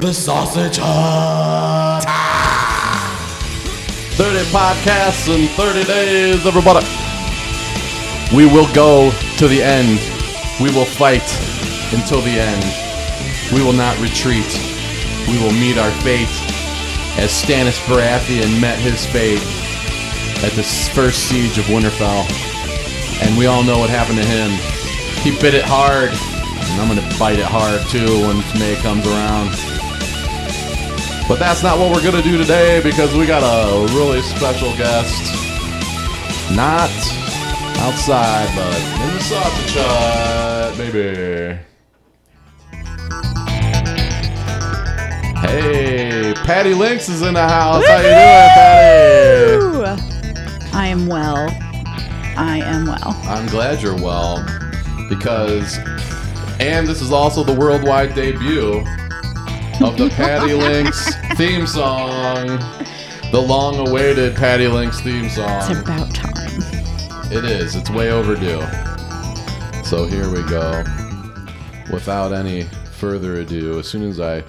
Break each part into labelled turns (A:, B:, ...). A: The Sausage Hut.
B: 30 podcasts in 30 days, everybody. We will go to the end. We will fight until the end. We will not retreat. We will meet our fate as Stannis Baratheon met his fate at the first siege of Winterfell. And we all know what happened to him. He bit it hard, and I'm going to bite it hard too when May comes around. But that's not what we're gonna do today because we got a really special guest. Not outside, but in the sausage hut, baby. Hey, Patty Lynx is in the house. How you doing, Patty?
C: Ooh. I am well. I am well.
B: I'm glad you're well because, and this is also the worldwide debut of the Patty Links theme song, the long-awaited Patty Links theme
C: It's
B: song.
C: about time.
B: It is. It's way overdue. So here we go. Without any further ado, as soon as I,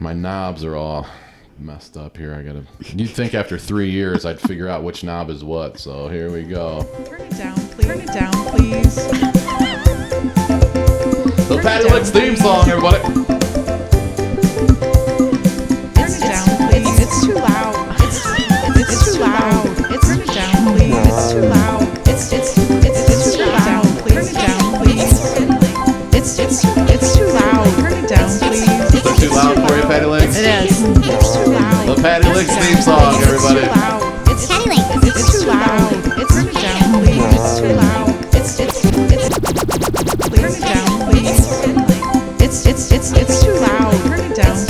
B: my knobs are all messed up here. I gotta. You'd think after three years I'd figure out which knob is what. So here we go.
D: Turn it down, please. Turn it down, please.
B: The Patty Links theme song, everybody.
D: Turn it down, please. It's, too loud. It's, it's, too loud. It's turn it down, please. It's too loud. It's it's it's it's too loud. Turn it down, please. It's it's it's too loud. Turn it down, please.
B: They're too loud for you, Patty Links.
C: It is.
D: It's too loud.
B: The Patty Links theme song, everybody.
D: It's Patty Links. It's too loud. It's turn it down, please. It's too loud. It's it's it's turn it down, please. It's it's it's it's too loud. Turn it down. It's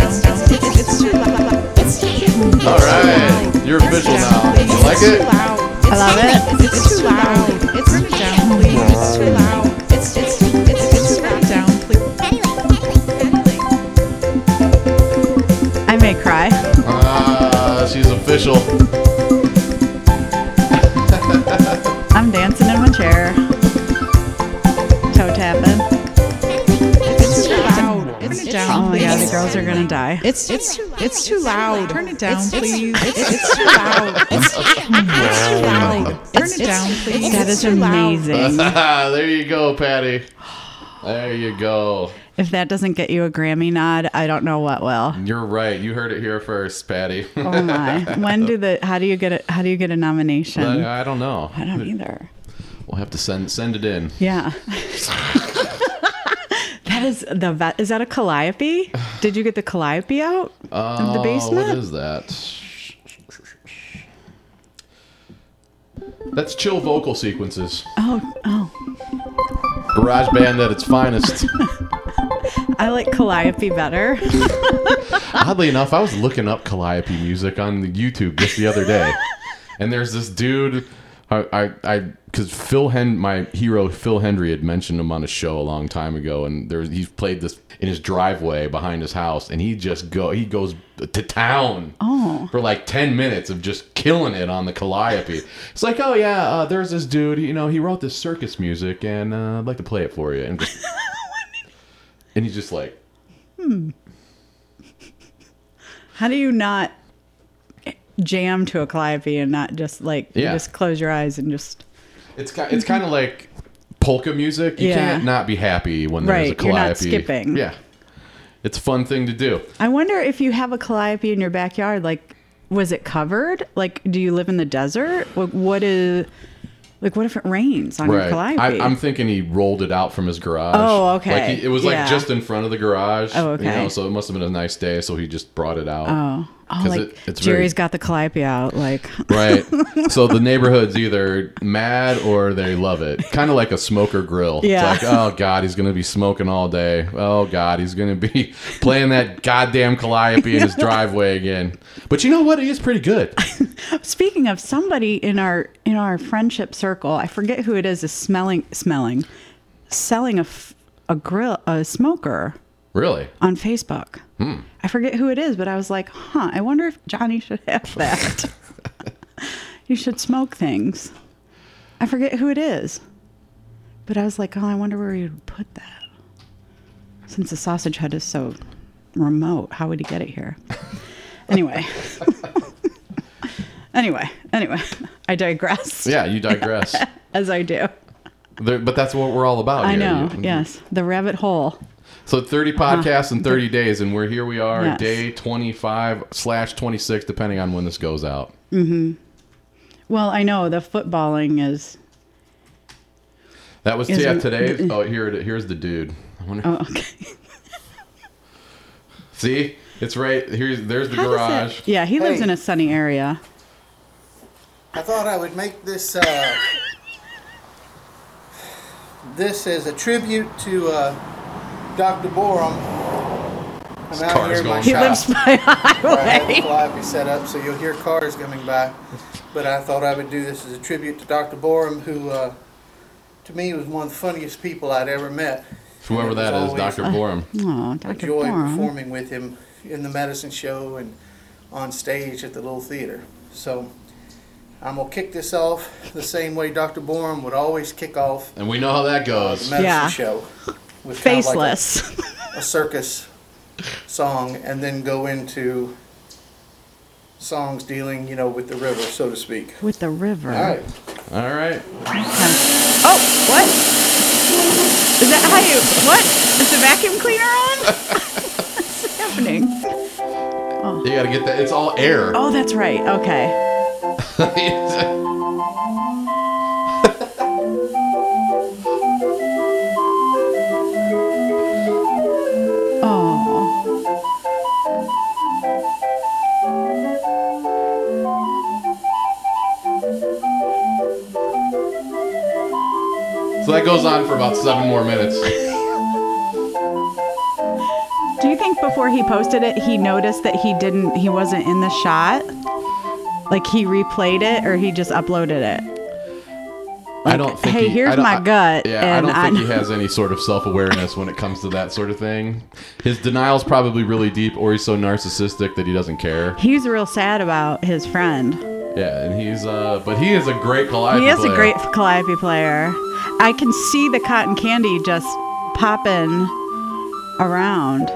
D: it's too loud. It's too loud.
B: All right, you're official now. You like it?
D: I
C: love it.
D: It's too loud. It's turn it down, please. It's too loud. It's it's it's it's turn it down, please.
C: I may cry.
B: Ah, she's official.
C: I'm dancing in my chair. Toe tapping.
D: It's too loud. It's
C: Oh
D: down,
C: my god, the
D: please.
C: girls are gonna die.
D: It's it's it's too loud. Turn it down, please. It's it's too loud. It's too loud. Turn it down, please.
C: That is
D: It's too loud.
C: amazing.
B: there you go, Patty. There you go.
C: If that doesn't get you a Grammy nod, I don't know what will.
B: You're right. You heard it here first, Patty.
C: Oh my. When do the how do you get a how do you get a nomination?
B: I, I don't know.
C: I don't either.
B: We'll have to send send it in.
C: Yeah. That is the vet. Is that a calliope? Did you get the calliope out of the
B: Oh,
C: basement?
B: What is that? That's chill vocal sequences.
C: oh, oh.
B: Garage band at its finest.
C: I like Calliope better.
B: Oddly enough, I was looking up Calliope music on the YouTube just the other day, and there's this dude. I, I, I, because Phil Hen, my hero Phil Hendry had mentioned him on a show a long time ago, and there's he's played this in his driveway behind his house, and he just go he goes to town for like ten minutes of just killing it on the Calliope. It's like, oh yeah, uh, there's this dude, you know, he wrote this circus music, and uh, I'd like to play it for you, and just, and he's just like,
C: How do you not jam to a Calliope and not just like you
B: Yeah.
C: just close your eyes and just
B: It's ki- it's kind of like polka music. You
C: Yeah.
B: can't not be happy when there's a
C: Right, you're
B: calliope.
C: not skipping.
B: Yeah, it's a fun thing to do.
C: I wonder if you have a Calliope in your backyard like was it covered? Like do you live in the desert? What, what is like what if it rains on your
B: Right.
C: Calliope?
B: I, I'm thinking he rolled it out from his garage.
C: Oh, okay.
B: Like he, it was like
C: Yeah.
B: just in front of the garage.
C: Oh,
B: You know,
C: okay.
B: so it must have been a nice day. So he just brought it out.
C: oh. Oh,
B: 'Cause
C: like
B: it- it's very-
C: Jerry's got the Calliope out. Like
B: Right. So the neighborhood's either mad or they love it. Kind of like a smoker grill.
C: Yeah.
B: It's like, oh, God, he's going to be smoking all day. Oh, God, he's going to be playing that goddamn calliope in his driveway again. But you know what? He is pretty good.
C: Speaking of somebody in our in our friendship circle, I forget who it is. Is smelling smelling, selling a f- a grill a smoker
B: Really?
C: on Facebook.
B: Hmm.
C: I forget who it is, but I was like, huh. I wonder if Johnny should have that. you should smoke things. I forget who it is, but I was like, oh, I wonder where you'd put that. Since the sausage hut is so remote. How would he get it here? anyway. anyway. Anyway. I digress.
B: Yeah, you digress.
C: As I do.
B: There- but that's what we're all about.
C: I
B: here.
C: know.
B: You- mm-hmm.
C: Yes. The rabbit hole.
B: So 30 podcasts in 30 days, and we're here. We are
C: Yes.
B: day 25 slash 26, depending on when this goes out.
C: Well, I know the footballing is.
B: That was
C: Is
B: yeah,
C: it-
B: today. Oh, here it, here's the dude. I wonder,
C: Oh, okay.
B: See, it's right here's there's the
C: How does that-
B: garage.
C: Yeah, he lives
E: Hey.
C: in a sunny area.
E: I thought I would make this. Uh, this is a tribute to uh, Dr. Borum. I'm out
B: car's
E: here in my
B: going
C: He
B: Yeah.
C: lives by a
E: I have the
C: highway.
E: fly set up, so you'll hear cars coming by. But I thought I would do this as a tribute to Dr. Borum, who, uh, to me, was one of the funniest people I'd ever met.
B: Whoever that is,
E: Always.
B: Dr. Borum.
C: Oh,
E: I
C: Dr.
E: enjoyed
C: Borum.
E: performing with him in the medicine show and on stage at the little theater. So I'm gonna kick this off the same way Dr. Borum would always kick off
B: And we know how that
E: the
B: goes.
E: medicine
C: Yeah.
E: show with kind of like a-
C: Faceless.
E: a circus song and then go into songs dealing, you know, with the river, so to speak.
C: With the river.
E: All right.
B: All right.
C: Oh, what? Is that how you? What? Is the vacuum cleaner on? What's happening?
B: You got to get that. It's all air.
C: Oh, that's right. Okay. Oh.
B: so that goes on for about seven more minutes.
C: Do you think before he posted it, he noticed that he didn't, he wasn't in the shot? Like he replayed it, or he just uploaded it?
B: I don't think.
C: hey,
B: he,
C: here's
B: I don't-
C: my
B: I-
C: gut,
B: Yeah,
C: and
B: I don't think
C: I-
B: he has any sort of self awareness when it comes to that sort of thing. His denial's probably really deep, or he's so narcissistic that he doesn't care.
C: He's real sad about his friend.
B: Yeah, and he's uh, but he is a great calliope.
C: He is a
B: player.
C: great calliope player. I can see the cotton candy just popping around.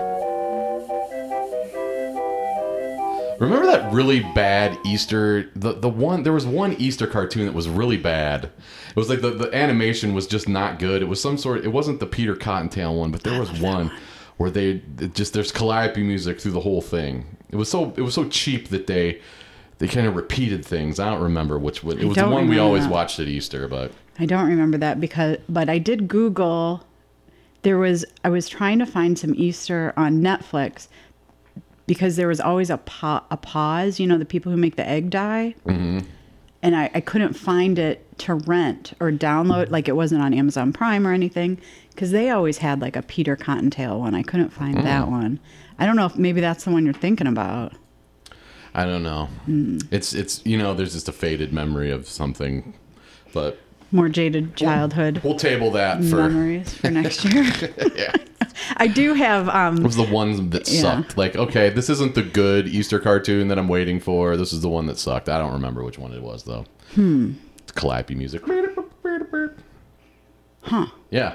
B: Remember that really bad Easter the the one there was one Easter cartoon that was really bad. It was like the, the animation was just not good. It was some sort it wasn't the Peter Cottontail one, but there was one where they it just there's calliope music through the whole thing. It was so it was so cheap that they they kind of repeated things. I don't remember which one. It was the
C: don't
B: one we
C: remember
B: always
C: that.
B: watched at Easter, but
C: I don't remember that because, but I did Google. There was, I was trying to find some Easter on Netflix because there was always a, pa- a pause, you know, the people who make the egg dye. Mm-hmm. And I, I couldn't find it to rent or download, like it wasn't on Amazon Prime or anything, because they always had like a Peter Cottontail one. I couldn't find that one. I don't know if maybe that's the one you're thinking about.
B: I don't know.
C: Hmm.
B: It's it's you know, there's just a faded memory of something. But
C: More jaded childhood
B: we'll table that for
C: memories for next year. I do have um,
B: was the one that
C: Yeah.
B: sucked. Like, okay, this isn't the good Easter cartoon that I'm waiting for. This is the one that sucked. I don't remember which one it was though. Hmm. It's calliope music. Huh. Yeah.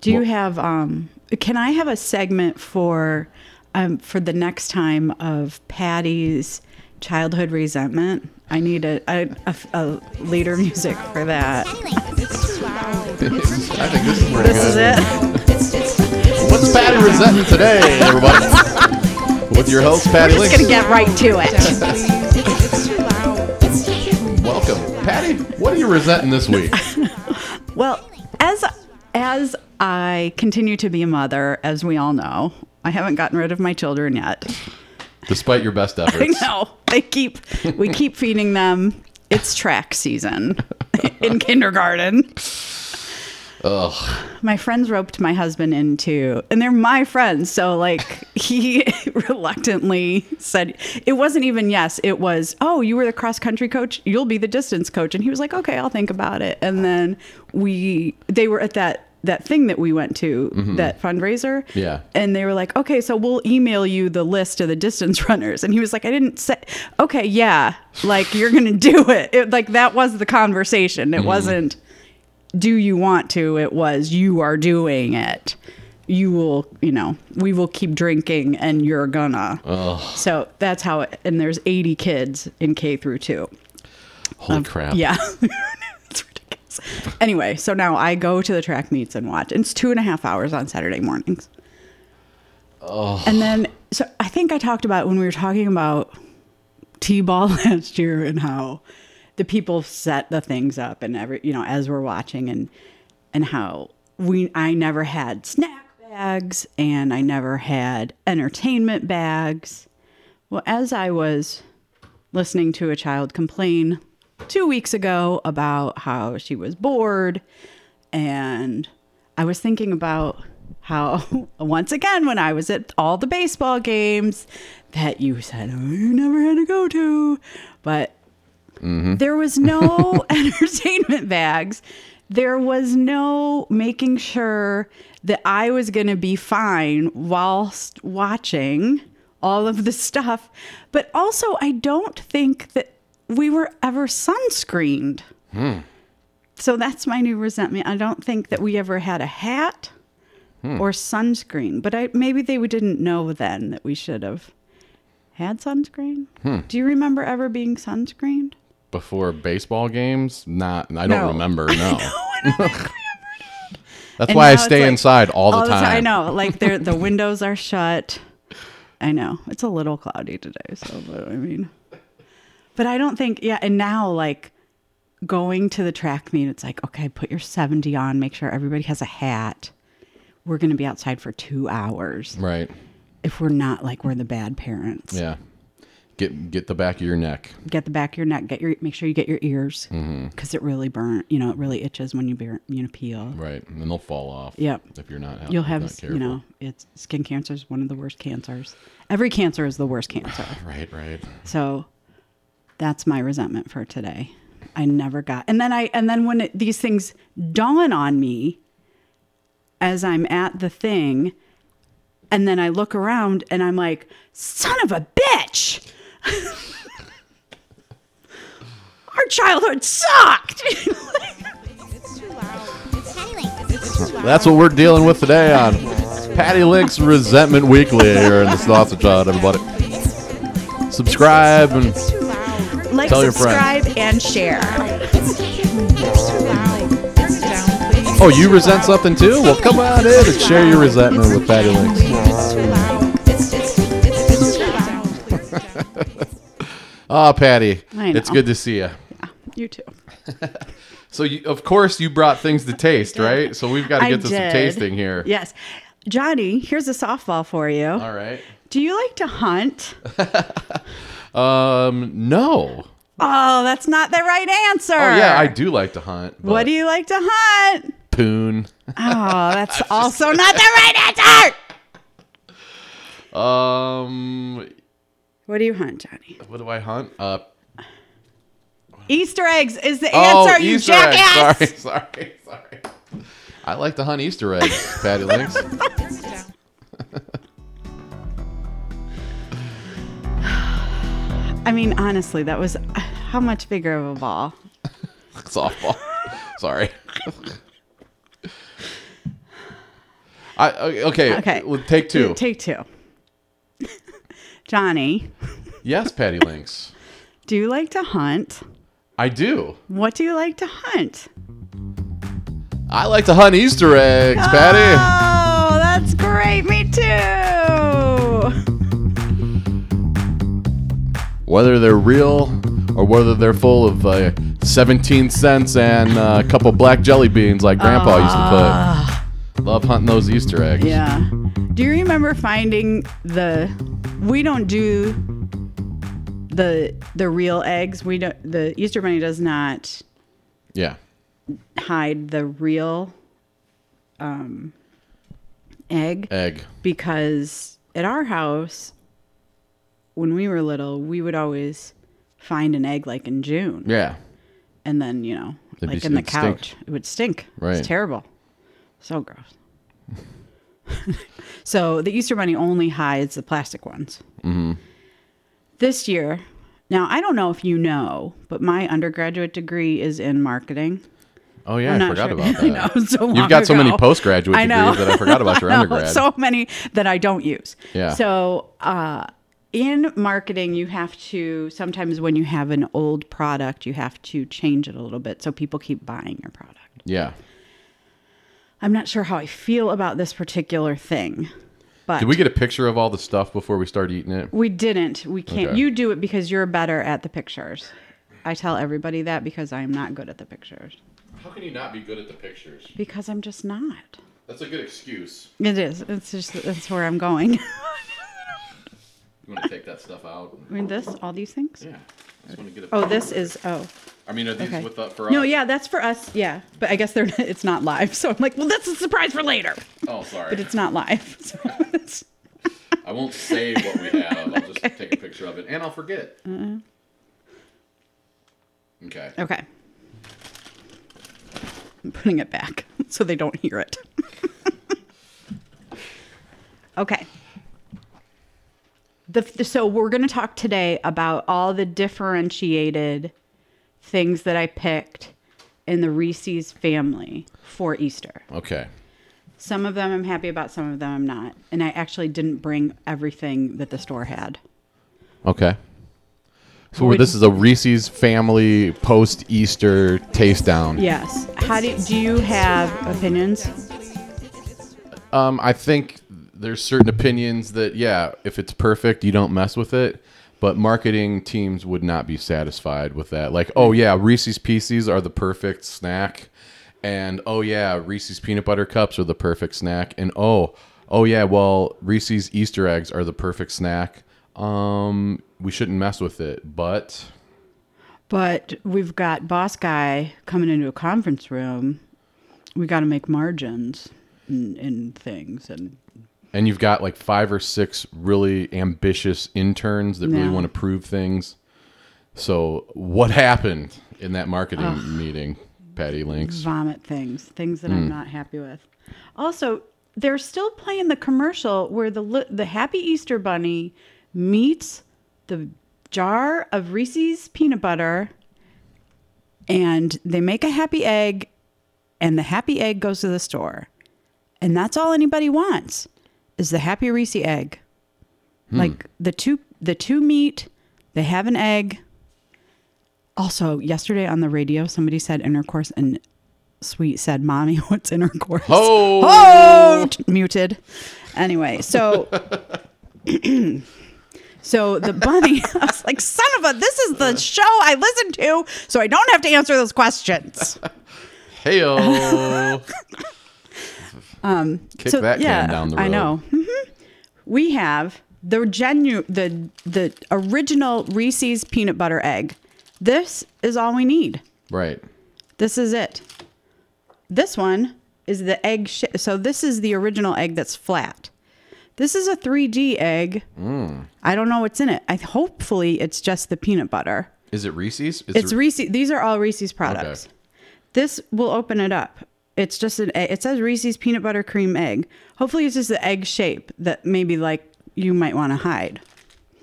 C: Do you
B: Well-
C: have um can I have a segment for um for the next time of Patty's childhood resentment? I need a a, a, a leader music for that.
D: It's too loud.
B: I think this is pretty
C: This is
B: good.
C: it.
D: It's it's it's
B: What's Patty Resentment today, everybody? With your host, Patty
C: Just
B: Links.
C: gonna get right to it.
D: down, please. It's it's too loud. It's too
B: Welcome. Patty, what are you resenting this week?
C: Well, as as I continue to be a mother, as we all know, I haven't gotten rid of my children yet.
B: Despite your best efforts.
C: I know. They keep we keep feeding them. It's track season in kindergarten.
B: Ugh.
C: my friends roped my husband into and they're my friends so like he reluctantly said it wasn't even yes it was oh you were the cross country coach you'll be the distance coach and he was like okay i'll think about it and then we they were at that that thing that we went to that fundraiser
B: Yeah.
C: and they were like okay so we'll email you the list of the distance runners and he was like i didn't say okay yeah like you're gonna do it, it like that was the conversation it wasn't do you want to? It was you are doing it. you will, you know, we will keep drinking and you're gonna. So that's how it, and there's 80 kids in K through two.
B: Holy crap.
C: Um, Yeah. it's ridiculous. Anyway, so now I go to the track meets and watch. It's two and a half hours on Saturday mornings. Oh. And then, so I think I talked about when we were talking about T ball last year and how the people set the things up and every, you know, as we're watching and, and how we, I never had snack bags and I never had entertainment bags. Well, as I was listening to a child complain two weeks ago about how she was bored. And I was thinking about how, once again, when I was at all the baseball games that you said, oh, you never had to go to, but there was no entertainment bags. There was no making sure that I was going to be fine whilst watching all of the stuff. But also, I don't think that we were ever sunscreened. So that's my new resentment. I don't think that we ever had a hat or sunscreen, but I, maybe they didn't know then that we should have had sunscreen. Do you remember ever being sunscreened?
B: Before baseball games? Not. I don't
C: No.
B: remember. No.
C: I know.
B: That's
C: And
B: why I
C: now it's
B: stay
C: like-
B: inside all the time.
C: I know, like they're- the windows are shut. I know it's a little cloudy today, so but I mean, but I don't think yeah. And now like going to the track meet, it's like okay, put your seventy on, make sure everybody has a hat. We're gonna be outside for two hours
B: Right.
C: if we're not like we're the bad parents.
B: Yeah. Get get the back of your neck.
C: Get the back of your neck, get your make sure you get your ears because
B: Mm-hmm.
C: it really burn. You know, it really itches when you burn, you know, peel.
B: Right. And then they'll fall off.
C: Yep.
B: If you're not
C: You'll
B: if
C: have,
B: not
C: s-
B: careful.
C: you know, it's skin cancer is one of the worst cancers. Every cancer is the worst cancer.
B: Right, right.
C: So that's my resentment for today. I never got, and then I, and then when it, these things dawn on me as I'm at the thing, and then I look around and I'm like, son of a bitch. Our childhood sucked.
D: It's too loud. It's Patty Lake. It's too loud.
B: That's what
C: Um,
B: we're dealing with today on Patty Lick's Resentment Weekly here in the Sausage Hut, everybody. Subscribe and
D: It's too loud.
C: like,
B: Tell your
C: subscribe, and share.
D: It's too loud. Turn it down, please.
B: Oh, you resent something too? Well, come on in and share your resentment with Patty Lick.
D: It's too loud. It's it's it's it's too loud. Please turn it down.
B: Ah, Patty,
C: I know.
B: it's good to see you.
C: You too.
B: So, you, of course, you brought things to taste, right? So we've got to
C: I
B: get to some
C: did.
B: tasting here.
C: Yes. Johnny, here's a softball for you.
B: All right.
C: Do you like to hunt?
B: Um, no.
C: Oh, that's not the right answer.
B: Oh, yeah, I do like to hunt.
C: What do you like to hunt?
B: Poon.
C: Oh, that's also not the right answer.
B: Um,
C: What do you hunt, Johnny?
B: what do I hunt? Uh,
C: Easter eggs is the
B: oh,
C: answer, you
B: Easter
C: jackass.
B: eggs. Sorry, sorry, sorry. I like to hunt Easter eggs, Patty Links.
D: Turn it down.
C: I mean, honestly, that was how much bigger of a ball?
B: Softball. Sorry. I uh, okay.
C: Okay.
B: well, Take two.
C: Take two. Johnny,
B: yes, Patty Links.
C: do you like to hunt?
B: I do.
C: What do you like to hunt?
B: I like to hunt Easter eggs,
C: Ah.
B: Patty.
C: Oh, that's great. Me too.
B: Whether they're real or whether they're full of uh, 17 cents and uh, a couple black jelly beans like Grandpa used to put. Love hunting those Easter eggs.
C: Ah. Yeah. Do you remember finding the we don't do the the real eggs. We don't the Easter bunny does not
B: Yeah.
C: hide the real um egg
B: Egg.
C: because at our house when we were little, we would always find an egg like in June.
B: Yeah.
C: and then you know,
B: be-
C: like in the
B: it'd stink.
C: couch, it would stink.
B: Right.
C: It's terrible. So gross. so the Easter Bunny only hides the plastic ones. Mm-hmm. This year, now I don't know if you know, but my undergraduate degree is in marketing.
B: Oh, yeah, I
C: not
B: forgot
C: sure.
B: about
C: I
B: that.
C: know, so
B: You've
C: long
B: got so many
C: ago.
B: postgraduate
C: I know.
B: degrees that I forgot about your
C: I know,
B: undergrad.
C: So many that I don't use.
B: Yeah.
C: So uh, in marketing, you have to sometimes when you have an old product, you have to change it a little bit so people keep buying your product.
B: Yeah.
C: I'm not sure how I feel about this particular thing, but
B: Did we get a picture of all the stuff before we start eating it?
C: We didn't. We can't.
B: Okay.
C: You do it because you're better at the pictures. I tell everybody that because I'm not good at the pictures.
B: How can you not be good at the pictures?
C: Because I'm just not.
B: That's a good excuse.
C: It is. It's just that's where I'm going.
B: You want to take that stuff out?
C: I mean, this, all these things.
B: Yeah. I just want to get a
C: Oh, this is. Oh,
B: I mean, are these
C: okay.
B: with the, for
C: no,
B: us?
C: yeah, that's for us. Yeah, but I guess they're. It's not live, so I'm like, well, that's a surprise for later.
B: Oh, sorry.
C: But it's not live. So it's,
B: I won't say what we have. I'll just take a picture of it, and I'll forget. Okay.
C: okay. I'm putting it back so they don't hear it. Okay. The, the- so we're going to talk today about all the differentiated things that I picked in the Reese's family for Easter.
B: Okay.
C: Some of them I'm happy about, some of them I'm not. And I actually didn't bring everything that the store had.
B: Okay. So
C: Would-
B: this is a Reese's Family post Easter taste down.
C: Yes. How do do you have opinions?
B: Um, I think there's certain opinions that yeah, if it's perfect, you don't mess with it. But marketing teams would not be satisfied with that. Like, oh yeah, Reese's Pieces are the perfect snack, and oh yeah, Reese's peanut butter cups are the perfect snack, and oh oh yeah, well Reese's Easter eggs are the perfect snack. Um, we shouldn't mess with it, but
C: But we've got boss guy coming into a conference room. We got to make margins in, in things and
B: and you've got like five or six really ambitious interns that really
C: Yeah.
B: want to prove things. So, what happened in that marketing meeting, Patty Links?
C: vomit things, things that I'm not happy with. Also, they're still playing the commercial where the li- the Happy Easter Bunny meets the jar of Reese's peanut butter, and they make a happy egg, and the happy egg goes to the store, and that's all anybody wants is the happy Reese egg. Like the two the two meet, they have an egg. Also, yesterday on the radio, somebody said intercourse, and Sweet said, "Mommy, what's intercourse?"
B: Oh!
C: oh, t- muted. Anyway, so so the bunny, I was like, "Son of a, this is the show I listen to, so I don't have to answer those questions."
B: Heyo! Kick
C: Um, so,
B: that
C: yeah,
B: can down the road.
C: I know. hmm We have the genu the the original Reese's peanut butter egg. This is all we need.
B: Right.
C: This is it. This one is the egg. Sh- so this is the original egg that's flat. This is a 3D egg.
B: Mm.
C: I don't know what's in it. I hopefully it's just the peanut butter.
B: Is it Reese's? Is
C: It's
B: it-
C: Reese. These are all Reese's products.
B: Okay.
C: This will open it up. It's just an. egg- It says Reese's peanut butter cream egg. Hopefully, it's just the egg shape that maybe like you might want to hide.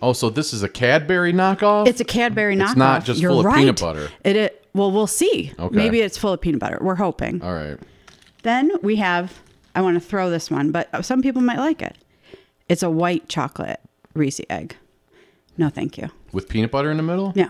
B: oh, so this is a Cadbury knockoff?
C: It's a Cadbury knockoff.
B: It's not just
C: You're
B: full of
C: right.
B: peanut butter.
C: It, it. Well, we'll see.
B: Okay.
C: Maybe it's full of peanut butter. We're hoping.
B: All right.
C: Then we have, I want to throw this one, but some people might like it. It's a white chocolate Reese egg. No, thank you.
B: With peanut butter in the middle?
C: No.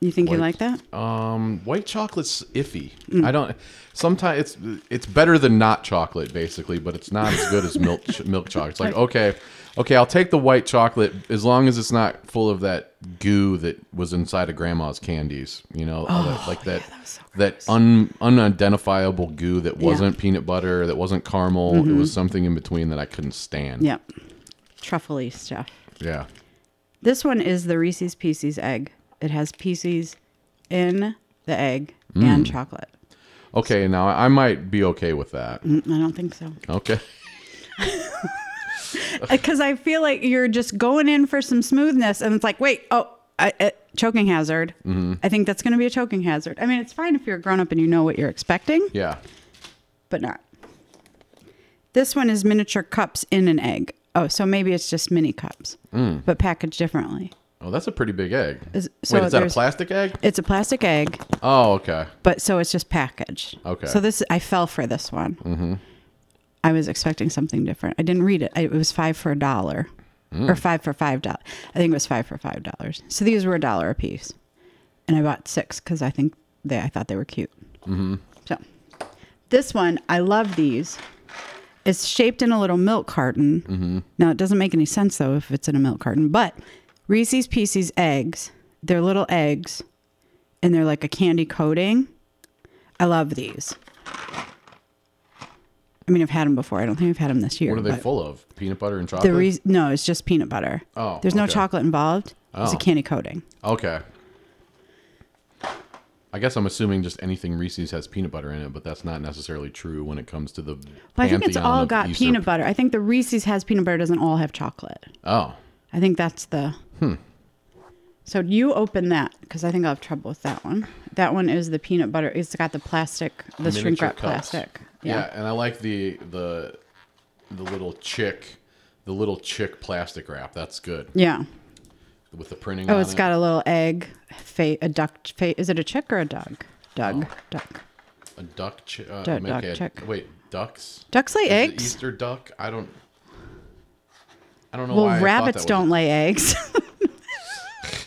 C: You think you
B: White-
C: like that?
B: Um, white chocolate's iffy. I don't. Sometimes it's it's better than not chocolate, basically, but it's not as good as milk ch- milk chocolate. It's like okay, okay, I'll take the white chocolate as long as it's not full of that goo that was inside of grandma's candies. You know, all
C: Oh,
B: that, like that that, un unidentifiable goo that wasn't peanut butter, that wasn't caramel.
C: Mm-hmm.
B: It was something in between that I couldn't stand.
C: Yep. Truffly stuff.
B: yeah.
C: This one is the Reese's Pieces egg. It has pieces in the egg and chocolate.
B: Okay, now I I might be okay with that.
C: Mm, I don't think so.
B: Okay.
C: Because I feel like you're just going in for some smoothness, and it's like, wait, oh, I, I, choking hazard. I think that's going to be a choking hazard. I mean, it's fine if you're a grown up and you know what you're expecting.
B: Yeah.
C: but not. This one is miniature cups in an egg. Oh, so maybe it's just mini cups, but packaged differently.
B: Oh, that's a pretty big egg.
C: Is- so
B: Wait, is that a
C: there's-
B: plastic egg?
C: It's a plastic egg,
B: Oh, okay.
C: but so it's just packaged.
B: Okay.
C: So this I fell for this one. Mm-hmm. I was expecting something different. I didn't read it. I, it was five for a dollar, or five for five dollars. I think it was five for five dollars. So these were a dollar a piece, and I bought six because I think they I thought they were cute. Mm-hmm. So this one I love these. It's shaped in a little milk carton. Mm-hmm. Now it doesn't make any sense though if it's in a milk carton, but Reese's Pieces eggs. They're little eggs and they're like a candy coating. I love these. I mean, I've had them before. I don't think I've had them this year.
B: What are they
C: but
B: full of? Peanut butter and chocolate?
C: The re- no, it's just peanut butter.
B: Oh,
C: there's no
B: okay.
C: chocolate involved. It's a
B: Oh.
C: candy coating.
B: okay. I guess I'm assuming just anything Reese's has peanut butter in it, but that's not necessarily true when it comes to the.
C: But I think it's
B: pantheon
C: all
B: of
C: got
B: Easter-
C: peanut butter. I think the Reese's has peanut butter. Doesn't all have chocolate.
B: Oh,
C: I think that's the. Hmm. So you open that because I think I'll have trouble with that one. That one is the peanut butter. It's got the plastic, the shrink
B: miniature
C: wrap
B: cups.
C: plastic.
B: Yeah. and I like the the the little chick, the little chick plastic wrap. That's good
C: Yeah.
B: with the printing.
C: Oh,
B: on
C: it's
B: it.
C: got a little egg, fa- a duck. Fa- is it a chick or a dog? Duck,
B: Oh.
C: duck.
B: a duck. Chi- uh,
C: Du-
B: make
C: duck
B: a-
C: chick.
B: Wait, ducks.
C: Ducks lay
B: Is it
C: eggs.
B: Easter duck. I don't. I don't know
C: well,
B: why. I thought that
C: rabbits
B: was-
C: don't lay eggs.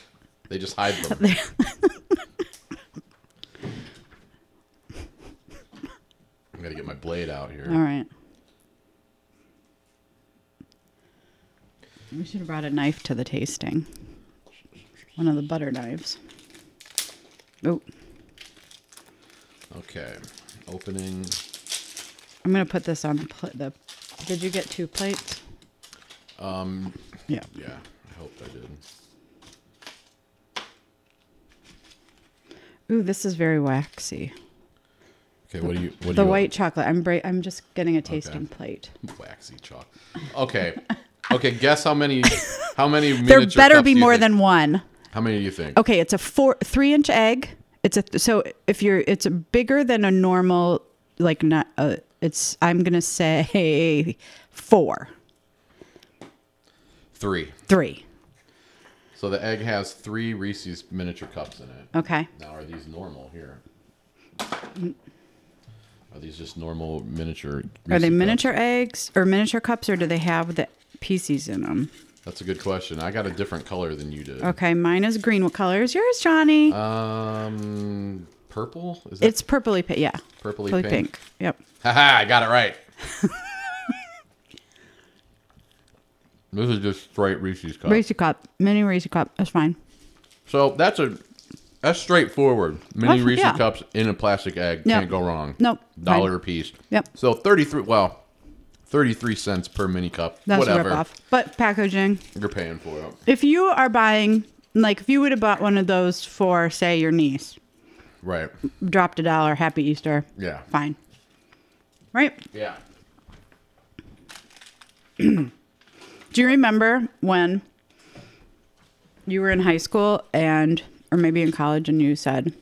B: They just hide them. I gotta get my blade out here.
C: All right. We should have brought a knife to the tasting. One of the butter knives. Oh,
B: Okay, opening.
C: I'm gonna put this on pl- the. Did you get two plates? Um. Yeah.
B: Yeah, I hope I did.
C: Ooh, this is very waxy.
B: Okay, what do you? What do
C: The
B: you
C: white chocolate. I'm bra- I'm just getting a tasting plate.
B: waxy chalk. Okay, okay. Guess how many? How many?
C: There
B: miniature
C: better
B: cups
C: be
B: do you
C: more
B: think-
C: than Oh. one.
B: How many do you think?
C: Okay, it's a four three inch egg. It's a so if you're it's a bigger than a normal like not uh, it's I'm gonna say four
B: Three.
C: three.
B: So the egg has three Reese's miniature cups in it.
C: Okay,
B: Now, are these normal here? Are these just normal miniature?
C: are
B: Reese's
C: they
B: cups?
C: miniature eggs or miniature cups or do they have the pieces in them?
B: That's a good question. I got a different color than you did.
C: Okay, mine is green. What color is yours, Johnny?
B: Um, purple? Is that
C: it's purpley pink. Yeah,
B: purpley
C: purpley
B: pink.
C: pink. Yep.
B: Haha, I got it right. this is just straight Reese's cup.
C: Racy cup, mini racy cup. That's fine.
B: So that's a that's straightforward. Mini
C: That's-
B: Reese's
C: yeah.
B: cups in a plastic egg.
C: Yeah.
B: Can't go wrong.
C: Nope.
B: Dollar
C: Fine.
B: a piece.
C: Yep.
B: So thirty three well, thirty three cents per mini cup.
C: That's
B: Whatever.
C: a ripoff. But packaging.
B: You're paying for it.
C: If you are buying, like, if you would have bought one of those for, say, your niece,
B: Right.
C: dropped a dollar, happy Easter,
B: Yeah.
C: fine. Right?
B: Yeah.
C: Do you remember when you were in high school and, or maybe in college, and you said,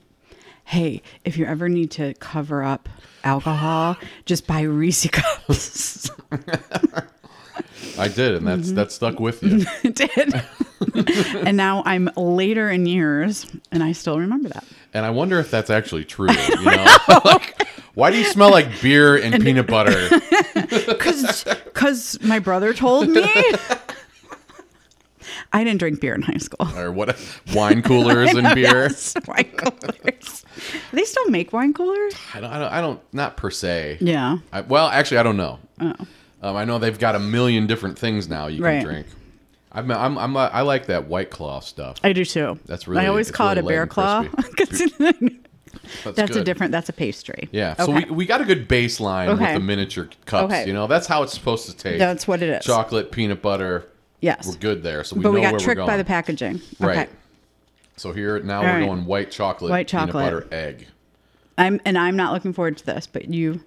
C: hey, if you ever need to cover up alcohol, just buy Reese cups?
B: I did, and
C: Mm-hmm.
B: that's that stuck with you.
C: it did. and now I'm later in years and I still remember that.
B: And I wonder if that's actually true. You know? like, why do you smell like beer and peanut butter?
C: Cause, cause my brother told me. I didn't drink beer in high school.
B: or what wine coolers and beer.
C: Yes, wine coolers. Do they still make wine coolers?
B: I, don't, I don't. I don't. Not per se.
C: Yeah. Oh.
B: I, well, actually, I don't know. Um, I know they've got a million different things now you can
C: Right.
B: drink. I'm, I'm, I'm, I like that white claw stuff.
C: I do too.
B: That's really-
C: I always
B: it's
C: call it a
B: really
C: bear claw.
B: light and
C: 'cause that's a
B: good.
C: different. That's a pastry.
B: Yeah.
C: Okay.
B: So we, we got a good baseline with
C: Okay.
B: the miniature cups.
C: Okay.
B: You know, that's how it's supposed to taste.
C: That's what it is.
B: Chocolate, peanut butter.
C: yes.
B: We're good there. So we
C: but
B: know
C: we
B: where
C: got
B: we're
C: tricked
B: going.
C: by the packaging.
B: Right.
C: Okay.
B: So here now
C: All
B: we're
C: right.
B: going white chocolate,
C: White chocolate.
B: peanut butter, egg.
C: I'm and I'm not looking forward to this, but you.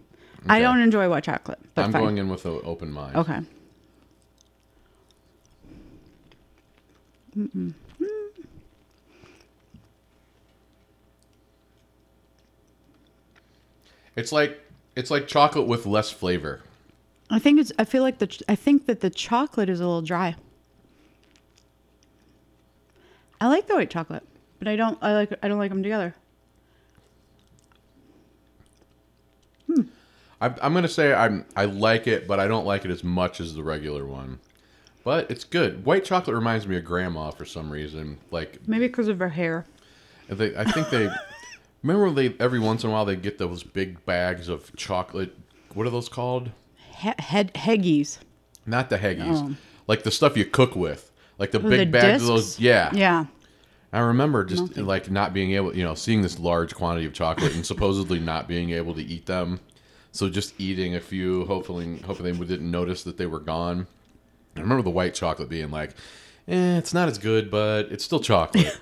C: I
B: Okay.
C: don't enjoy white chocolate, but
B: I'm
C: fine.
B: going in with an open mind.
C: Okay.
B: It's like it's like chocolate with less flavor.
C: I think it's. I feel like the. ch- I think that the chocolate is a little dry. I like the white chocolate, but I don't. I like. I don't like them together.
B: I, I'm gonna say I'm I like it, but I don't like it as much as the regular one. But it's good. White chocolate reminds me of grandma for some reason. Like
C: Maybe because of her hair.
B: they, I think they remember when they every once in a while they get those big bags of chocolate. What are those called?
C: He- head heggies.
B: Not the Heggies.
C: Oh.
B: Like the stuff you cook with. Like the
C: the
B: big bags of those.
C: discs?
B: Yeah.
C: Yeah.
B: I remember just like not being able, you know, seeing this large quantity of chocolate and supposedly not being able to eat them. So just eating a few, hopefully, hopefully we didn't notice that they were gone. I remember the white chocolate being like, eh, it's not as good, but it's still chocolate.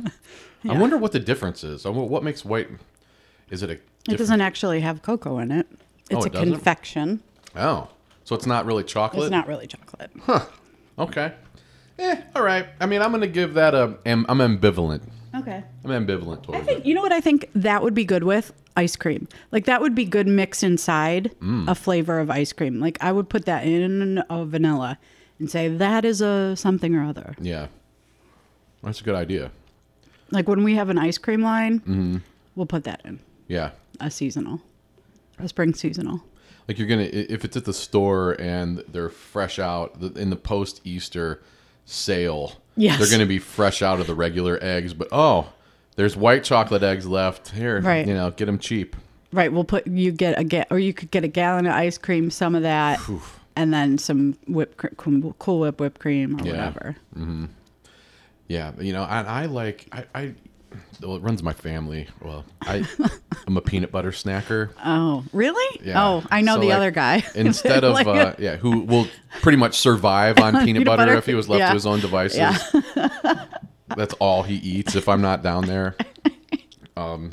B: I wonder what the difference is. I wonder what makes white? Is it a?
C: It
B: different-
C: doesn't actually have cocoa in it. It's
B: Oh, it
C: a
B: doesn't?
C: confection.
B: Oh, so it's not really chocolate.
C: It's not really chocolate.
B: Okay. Eh, all right. I mean, I'm gonna give that a. Am, I'm ambivalent.
C: Okay.
B: I'm ambivalent towards
C: I think
B: it.
C: you know what I think that would be good with ice cream. Like that would be good mix inside
B: Mm.
C: a flavor of ice cream. Like I would put that in a vanilla and say that is a something or other.
B: Yeah, that's a good idea.
C: Like when we have an ice cream line,
B: Mm-hmm.
C: we'll put that in
B: Yeah.
C: a seasonal, a spring seasonal.
B: Like you're gonna i- if it's at the store and they're fresh out th- in the post Easter sale.
C: Yes.
B: They're gonna be fresh out of the regular eggs, but oh, there's white chocolate eggs left here.
C: Right.
B: You know, get them cheap.
C: Right. We'll put you get a get or you could get a gallon of ice cream, some of that, and then some whipped cr- cool Cool whip whipped cream or
B: Yeah.
C: whatever.
B: Yeah. You know, and I like I. I well, it runs my family. Well, I, I'm a peanut butter snacker.
C: Oh, really?
B: Yeah.
C: Oh, I know
B: So,
C: the
B: like,
C: other guy.
B: Instead of
C: Like-
B: uh, yeah, who will pretty much survive on peanut, butter,
C: butter.
B: if he was left
C: Yeah.
B: to his own devices.
C: Yeah.
B: that's all he eats if I'm not down there. Um,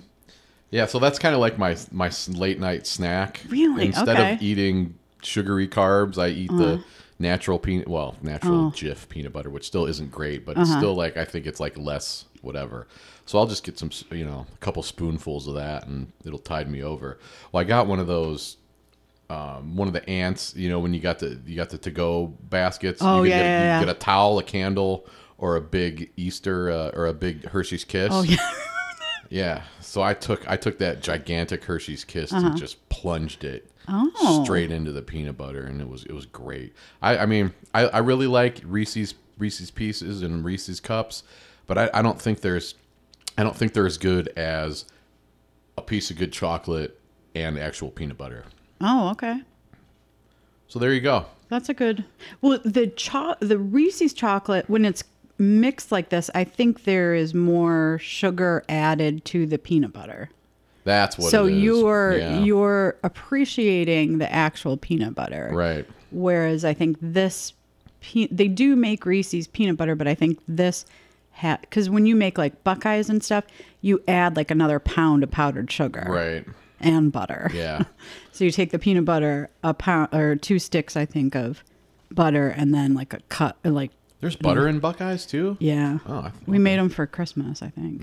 B: yeah, so that's kind of like my my s- late night snack.
C: Really?
B: Instead
C: Okay. Mm.
B: of eating sugary carbs, I eat the natural peanut well natural Jif peanut butter, which still isn't great, but
C: Uh-huh.
B: it's still like I think it's like less whatever. So I'll just get some s- you know a couple spoonfuls of that, and it'll tide me over. Well, I got one of those. Um, one of the ants, you know, when you got the you got the to go baskets,
C: Oh,
B: you could
C: yeah,
B: get, a-
C: yeah,
B: you
C: yeah.
B: get a towel, a candle, or a big Easter uh, or a big Hershey's Kiss.
C: oh yeah.
B: Yeah. So I took I took that gigantic Hershey's Kiss and just plunged it
C: Uh-huh. Oh.
B: straight into the peanut butter, and it was it was great. I, I mean I, I really like Reese's Reese's Pieces and Reese's Cups, but I, I don't think there's I don't think they're as good as a piece of good chocolate and actual peanut butter.
C: Oh, okay.
B: So there you go.
C: That's a good. Well, the cho- the Reese's chocolate when it's mixed like this, I think there is more sugar added to the peanut butter.
B: That's what.
C: so
B: it is.
C: you're
B: Yeah.
C: you're appreciating the actual peanut butter.
B: right.
C: Whereas I think this pe- they do make Reese's peanut butter, but I think this because when you make like Buckeyes and stuff, you add like another pound of powdered sugar
B: Right.
C: and butter.
B: Yeah.
C: So you take the peanut butter, a pound or two sticks, I think, of butter, and then like a cut, or like
B: There's butter in Buckeyes too.
C: yeah.
B: Oh, I- Mm.
C: we made them for Christmas, I think.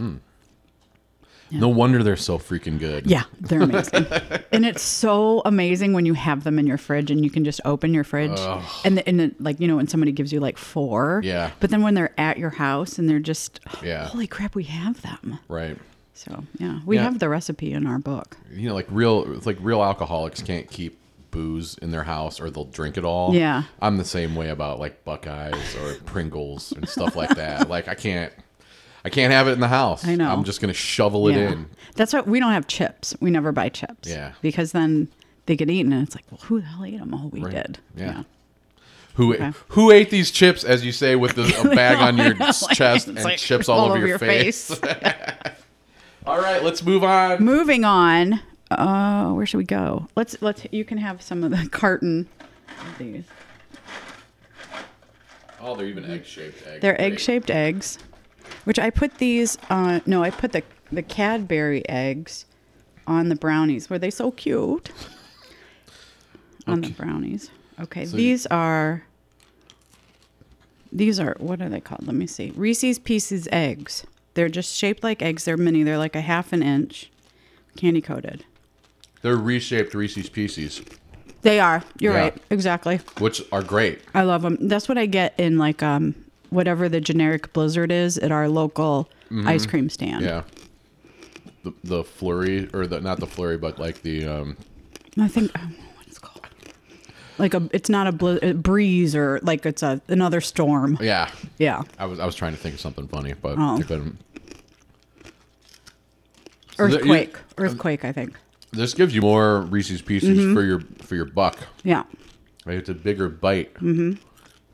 B: No wonder they're so freaking good.
C: Yeah, they're amazing, and it's so amazing when you have them in your fridge and you can just open your fridge and the, and it, like you know when somebody gives you like four.
B: Yeah.
C: But then when they're at your house and they're just,
B: Yeah.
C: holy crap, we have them.
B: Right.
C: So yeah, we
B: Yeah.
C: have the recipe in our book.
B: you know, like real, it's like real alcoholics can't keep booze in their house or they'll drink it all.
C: Yeah.
B: I'm the same way about like Buckeyes or Pringles and stuff like that. Like I can't, I can't have it in the house.
C: I know.
B: I'm just gonna shovel it in.
C: That's why we don't have chips. We never buy chips.
B: Yeah.
C: Because then they get eaten, and it's like, well, who the hell ate them? Oh, we did.
B: Yeah. Who who ate these chips? As you say, with the, a bag on your chest and
C: It's like,
B: chips all, over, your face. all right, let's move on.
C: Moving on. Uh, where should we go? Let's let's. You can have some of the carton. of These.
B: Oh, they're even egg shaped. Egg
C: They're egg shaped eggs, which I put these. Uh, no, I put the the Cadbury eggs on the brownies. Were they so cute? On the brownies. Okay, these are. These are what are they called? Let me see. Reese's Pieces eggs. They're just shaped like eggs. They're mini. They're like a half an inch, candy coated.
B: They're reshaped Reese's Pieces,
C: They are. You're
B: Yeah.
C: right. Exactly.
B: which are great.
C: I love them. That's what I get in like um whatever the generic blizzard is at our local ice cream
B: Mm-hmm.
C: stand.
B: Yeah. The, the flurry or the not the flurry but like the um
C: I think I don't know what it's called. Like a, it's not a, bli- a breeze or like it's a another storm.
B: yeah
C: Yeah,
B: I was I was trying to think of something funny but I
C: Oh.
B: couldn't. So that you- Uh,
C: earthquake, earthquake. I think.
B: This gives you more Reese's pieces
C: Mm-hmm.
B: for your for your buck.
C: Yeah,
B: Like, It's a bigger bite. Mm-hmm.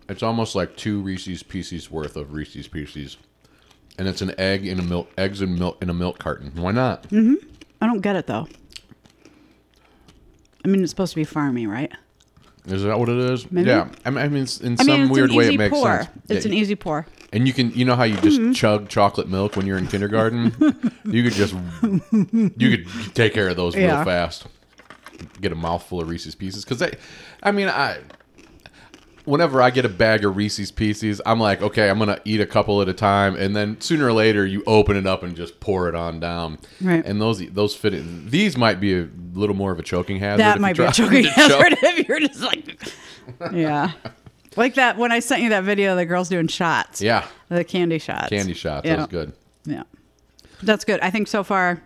B: It's almost like two Reese's pieces worth of Reese's pieces, and it's an egg in a milk eggs and milk in a milk carton. Why not?
C: I don't get it though. I mean, it's supposed to be farming, right?
B: Is that what it is?
C: Maybe.
B: Yeah. I mean, I mean it's, in
C: I
B: some
C: mean, it's
B: weird
C: an
B: way,
C: easy
B: it makes
C: pour.
B: sense.
C: It's
B: Yeah,
C: an e-, Mm-hmm. easy pour.
B: And you can, you know how you just chug chocolate milk when you're in kindergarten? you could just, you could take care of those real
C: Yeah.
B: fast. Get a mouthful of Reese's Pieces. Because they, I mean, I, whenever I get a bag of Reese's Pieces, I'm like, okay, I'm going to eat a couple at a time. And then sooner or later, you open it up and just pour it on down.
C: Right.
B: And those, those fit in. These might be a little more of a choking hazard. if
C: That
B: you
C: might be
B: try
C: a choking
B: to
C: hazard
B: choke.
C: if you're just like, yeah, like that when I sent you that video of the girls doing shots.
B: Yeah.
C: the candy shots.
B: Candy shots.
C: Yeah.
B: That was good.
C: Yeah, that's good. I think so far,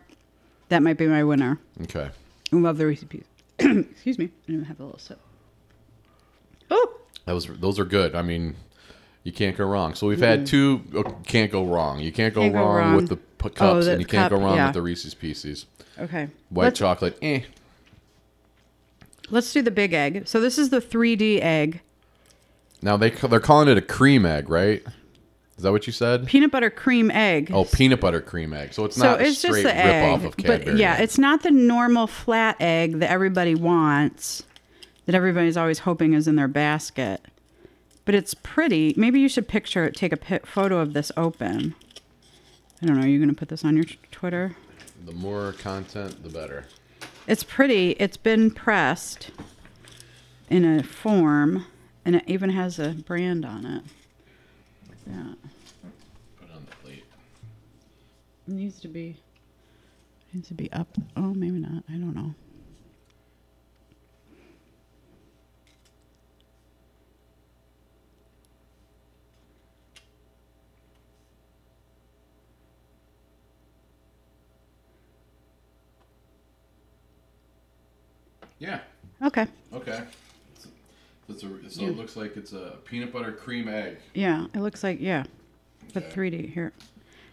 C: that might be my winner.
B: Okay.
C: I love the Reese's Pieces. Excuse me, I didn't have a little sip. Oh,
B: That was those are good. I mean, you can't go wrong. So we've had two uh, can't go wrong. You can't go,
C: Mm-hmm. Can't go
B: wrong,
C: wrong. Oh,
B: with the p- cups,
C: the
B: and you can't
C: cup,
B: go wrong
C: yeah.
B: with the Reese's Pieces.
C: okay.
B: White
C: let's,
B: chocolate, eh?
C: let's do the big egg. So this is the 3D egg,
B: Now they ca- they're calling it a cream egg, right? Is that what you said?
C: peanut butter cream egg.
B: Oh, peanut butter cream egg. So it's
C: so
B: not a
C: it's
B: straight
C: just
B: rip
C: the egg,
B: off of Cadbury.
C: but yeah,
B: egg.
C: it's not the normal flat egg that everybody wants, that everybody's always hoping is in their basket. But it's pretty. Maybe you should picture it. Take a pi photo of this open. I don't know. Are you going to put this on your t- Twitter?
B: the more content, the better.
C: It's pretty. It's been pressed in a form, and it even has a brand on it. Yeah,
B: Put it on the plate.
C: it needs to be needs to be up. Oh, maybe not. I don't know.
B: Yeah.
C: Okay.
B: Okay. So, it's a, so it looks like it's a peanut butter cream egg.
C: Yeah, it looks like yeah. The
B: Okay.
C: 3D here.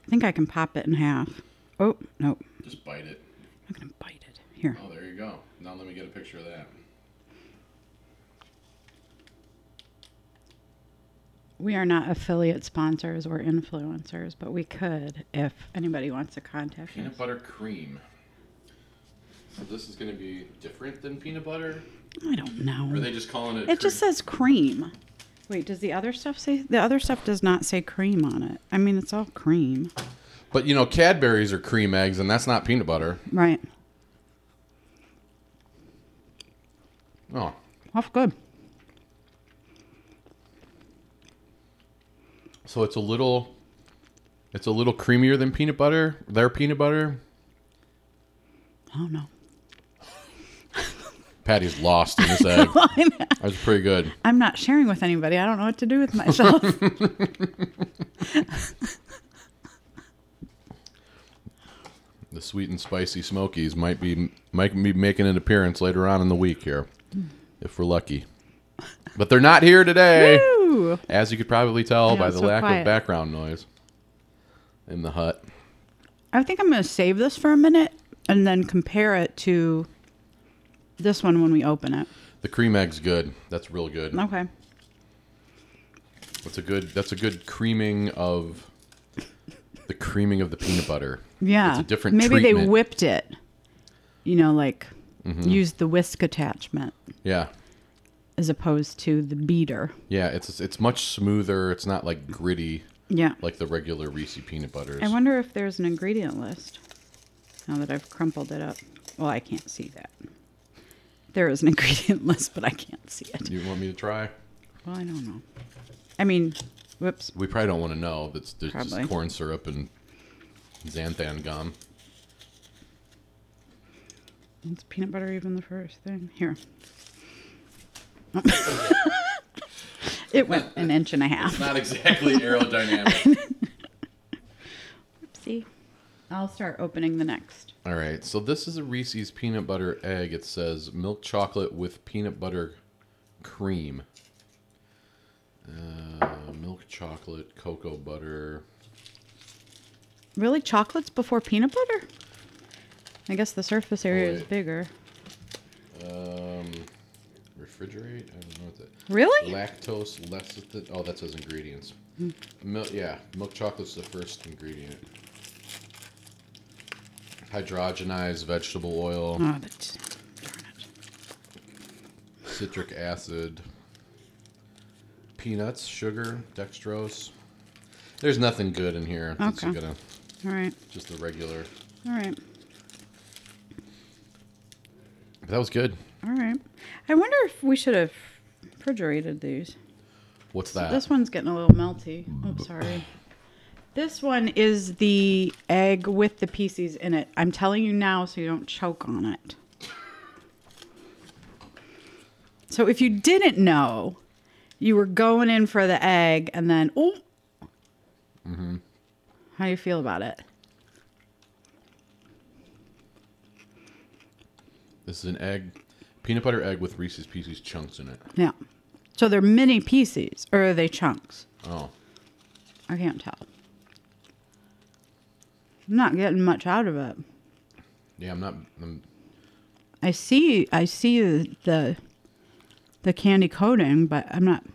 C: I think I can pop it in half. Oh no,
B: Just bite it.
C: I'm gonna bite it here.
B: Oh, there you go. Now let me get a picture of that.
C: We are not affiliate sponsors or influencers, but we could if anybody wants to contact us.
B: Peanut butter cream. So this is going to be different than peanut butter?
C: I don't know.
B: Or are they just calling it
C: It just
B: cream?
C: says cream. Wait, does the other stuff say? The other stuff does not say cream on it. I mean, it's all cream,
B: But you know, Cadbury's are cream eggs, and that's not peanut butter.
C: right?
B: Oh,
C: That's good.
B: so it's a little, it's a little creamier than peanut butter. Their peanut butter.
C: I don't know.
B: Patty's lost in this egg. that was pretty good.
C: I'm not sharing with anybody. I don't know what to do with myself.
B: The sweet and spicy Smokies might be might be making an appearance later on in the week here, if we're lucky. But they're not here today.
C: Ooh.
B: As you could probably tell
C: Yeah,
B: by
C: it's
B: the
C: so
B: lack of
C: quiet.
B: background noise in the hut.
C: I think I'm going to save this for a minute and then compare it to this one when we open it.
B: The cream egg's good. That's real good.
C: Okay.
B: That's a good that's a good creaming of the creaming of the peanut butter.
C: Yeah.
B: It's a different
C: Maybe
B: treatment. Mm-hmm.
C: they whipped it. You know, like used the whisk attachment
B: Yeah.
C: as opposed to the beater.
B: Yeah, it's it's much smoother. It's not like gritty
C: Yeah.
B: like the regular Reese peanut butters.
C: I wonder if there's an ingredient list now that I've crumpled it up. Well, I can't see that. There is an ingredient list, but I can't see it.
B: you want me to try?
C: Well, I don't know. I mean, whoops.
B: We probably don't want to know. That's there's
C: Probably.
B: just corn syrup and xanthan gum.
C: It's peanut butter even the first thing. Here. It went an inch and a half.
B: Not exactly aerodynamic.
C: See, I'll start opening the next.
B: All right, so this is a Reese's peanut butter egg. It says milk chocolate with peanut butter cream. Uh, milk chocolate, cocoa butter.
C: Really, chocolates before peanut butter? I guess the surface area is
B: wait.
C: bigger.
B: Um, refrigerate. I don't know what that.
C: Really?
B: Lactose less. Than, oh, that says ingredients. Milk. Yeah, milk chocolate's the first ingredient. Hydrogenized vegetable oil,
C: Oh, that's,
B: citric acid, peanuts, sugar, dextrose. There's nothing good in here. It's
C: Okay.
B: gonna-
C: all right,
B: just the regular.
C: all right,
B: But that was good.
C: all right. I wonder if we should have refrigerated these.
B: What's that?
C: This one's getting a little melty. Oh, sorry. This one is the egg with the pieces in it. I'm telling you now so you don't choke on it. So if you didn't know, you were going in for the egg and then, oh. How do you feel about it?
B: This is an egg, peanut butter egg with Reese's Pieces chunks in it.
C: Yeah. So they're mini pieces or are they chunks?
B: Oh,
C: I can't tell. I'm not getting much out of it.
B: yeah. I'm not. I'm,
C: I see I see the the, the candy coating, but I'm not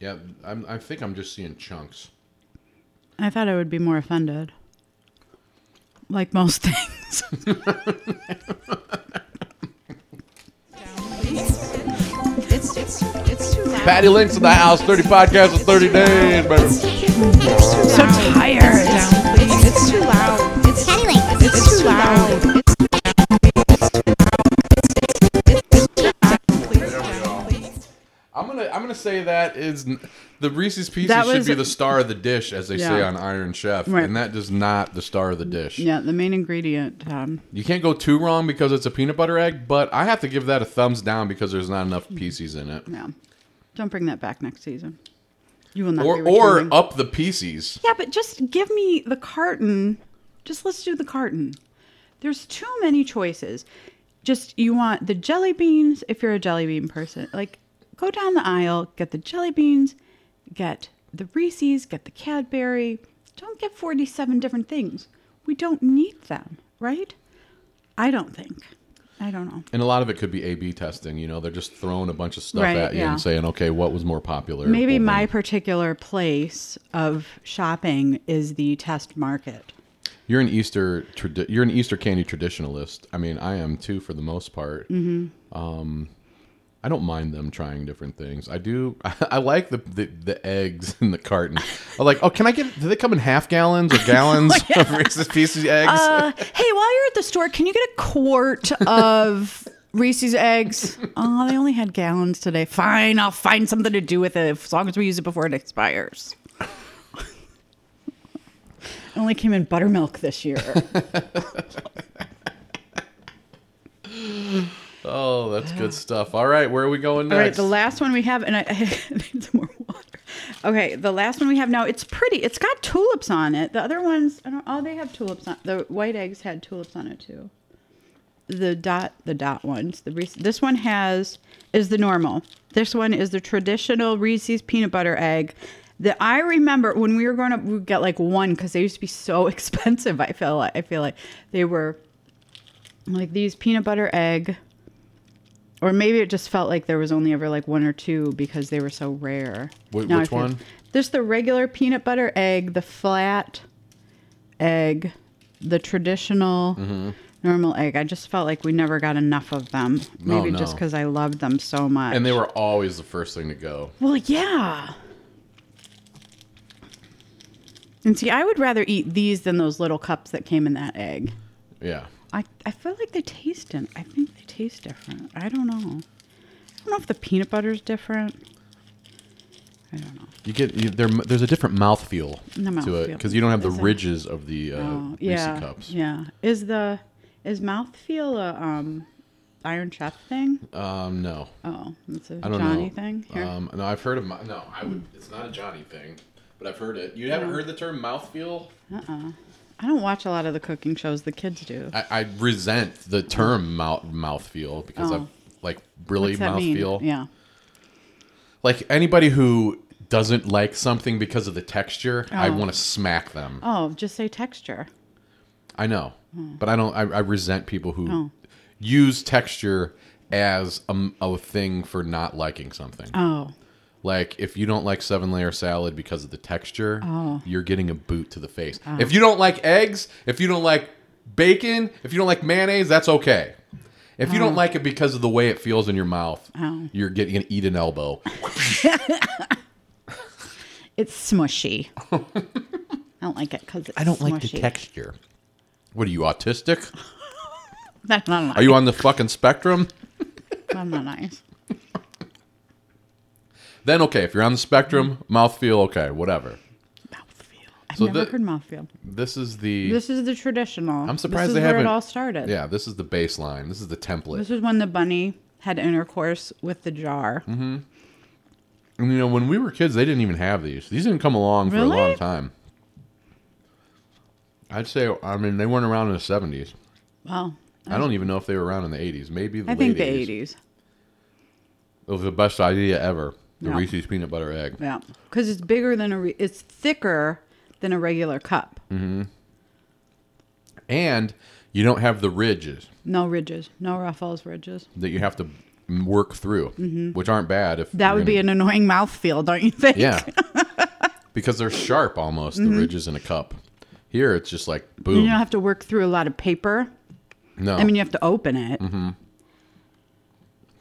B: yeah. I'm, I think I'm just seeing chunks.
C: I thought I would be more offended. Like most things.
D: It's it's it's too loud.
B: Patty Link's in the house. Thirty podcasts in thirty days, baby.
D: It's too loud.
C: tired.
D: It's down, please. It's too loud. It's
F: Patty Lake.
D: it's too loud. It's it's too loud. It's down, please.
B: I'm gonna I'm gonna say that is n- the Reese's Pieces
C: That
B: should
C: was-
B: be the star of the dish, as they say
C: Yeah.
B: on Iron Chef,
C: Right.
B: and that is not the star of the dish.
C: yeah, the main ingredient. Um,
B: You can't go too wrong because it's a peanut butter egg, but I have to give that a thumbs down because there's not enough pieces in it,
C: yeah. Don't bring that back next season. You will not. be
B: or or
C: returning.
B: up the pieces.
C: Yeah, but just give me the carton. Just let's do the carton. There's too many choices. Just you want the jelly beans if you're a jelly bean person. Like go down the aisle, get the jelly beans, get the Reese's, get the Cadbury. Don't get 47 different things. We don't need them, right? I don't think. I don't know.
B: And a lot of it could be A/B testing. You know, they're just throwing a bunch of stuff
C: Right,
B: at you
C: yeah.
B: and saying, okay, what was more popular?
C: Maybe
B: Well,
C: my
B: then-
C: particular place of shopping is the test market.
B: You're an Easter tradi- You're an Easter candy traditionalist. I mean, I am too, for the most part. Um,
C: Mm-hmm.
B: I don't mind them trying different things. I do. I like the the, the eggs in the carton. I like. Oh, can I get? Do they come in half gallons or gallons of Reese's Pieces eggs?
C: Uh, hey, while you're at the store, can you get a quart of Reese's eggs? Oh, they only had gallons today. Fine, I'll find something to do with it as long as we use it before it expires. It only came in buttermilk this year.
B: oh, that's good stuff. All right, where are we going
C: All right,
B: next?
C: the last one we have, and I, I need some more water. Okay, the last one we have now. It's pretty. It's got tulips on it. The other ones, I don't. Oh, they have tulips on. The white eggs had tulips on it too. The dot, the dot ones. The Reese, this one has is the normal. This one is the traditional Reese's peanut butter egg. That I remember when we were growing up, we would get like one because they used to be so expensive. I feel like I feel like they were like these peanut butter egg or maybe it just felt like there was only ever like one or two because they were so rare.
B: Wh-
C: Now I
B: which
C: feel-
B: one?
C: There's the regular peanut butter egg, the flat egg, the traditional
B: Mm-hmm.
C: normal egg. I just felt like we never got enough of them.
B: No,
C: Maybe just
B: no.
C: because I loved them so much.
B: and they were always the first thing to go.
C: well, yeah. And see, I would rather eat these than those little cups that came in that egg.
B: Yeah.
C: I, I feel like they taste in. I think they taste different. I don't know. I don't know if the peanut butter's different. I don't know.
B: You get you, there. There's a different mouthfeel
C: The
B: to it
C: mouthfeel.
B: because you don't have the
C: Is it-
B: ridges of the uh,
C: Oh,
B: Reese
C: yeah.
B: cups.
C: Yeah. Is the is mouthfeel a um Iron Chef thing?
B: Um, no.
C: Oh, that's a
B: I don't
C: Johnny
B: know.
C: thing. Here.
B: Um, no, I've heard of my, no. I would. It's not a Johnny thing, but I've heard it. You haven't heard the term mouthfeel?
C: I don't watch a lot of the cooking shows the kids do.
B: I, I resent the term mouth mouthfeel because
C: Oh.
B: I've like really
C: What's that mean?
B: mouthfeel.
C: Yeah.
B: Like anybody who doesn't like something because of the texture, I
C: Oh.
B: want to smack them.
C: Oh, just say texture.
B: I know, but I don't. I, I resent people who
C: Hmm. Oh.
B: use texture as a, a thing for not liking something.
C: Oh,
B: Like if you don't like seven layer salad because of the texture,
C: Oh.
B: you're getting a boot to the face. If you don't like eggs, if you don't like bacon, if you don't like mayonnaise, that's okay. If you don't like it because of the way it feels in your mouth,
C: Oh.
B: you're getting gonna eat an elbow.
C: it's smushy. I don't like it because it's
B: I don't like the
C: smushy.
B: texture. What are you autistic?
C: That's not nice.
B: Are you on the fucking spectrum?
C: That's not nice.
B: Then okay, if you're on the spectrum, mouthfeel okay, whatever.
C: Mouthfeel. I've
B: So
C: never
B: the-
C: heard mouthfeel.
B: This is the
C: This is the traditional.
B: I'm surprised
C: this is
B: they
C: where
B: haven't-
C: it all started.
B: yeah. This is the baseline. This is the template.
C: This is when the bunny had intercourse with the jar.
B: Mm-hmm. And, you know, when we were kids, they didn't even have these. These didn't come along for
C: Really?
B: a long time. I'd say, I mean, they weren't around in the 70s.
C: Well,
B: I don't even know if they were around in the 80s. Maybe the
C: I
B: late
C: think the
B: 80s.
C: 80s.
B: It was the best idea ever. The
C: Yeah.
B: Reese's peanut butter egg.
C: Yeah. Because it's bigger than a, re- it's thicker than a regular cup.
B: Mm. And you don't have the ridges
C: No ridges, no ruffles, ridges.
B: that you have to work through, which aren't bad. If
C: Mm-hmm. That
B: you're
C: would be
B: gonna-
C: an annoying mouthfeel, don't you think?
B: Yeah. because they're sharp almost,
C: Mm-hmm.
B: the ridges in a cup. Here, it's just like,
C: You
B: boom.
C: don't have to work through a lot of paper.
B: no.
C: I mean, you have to open it.
B: Mm-hmm.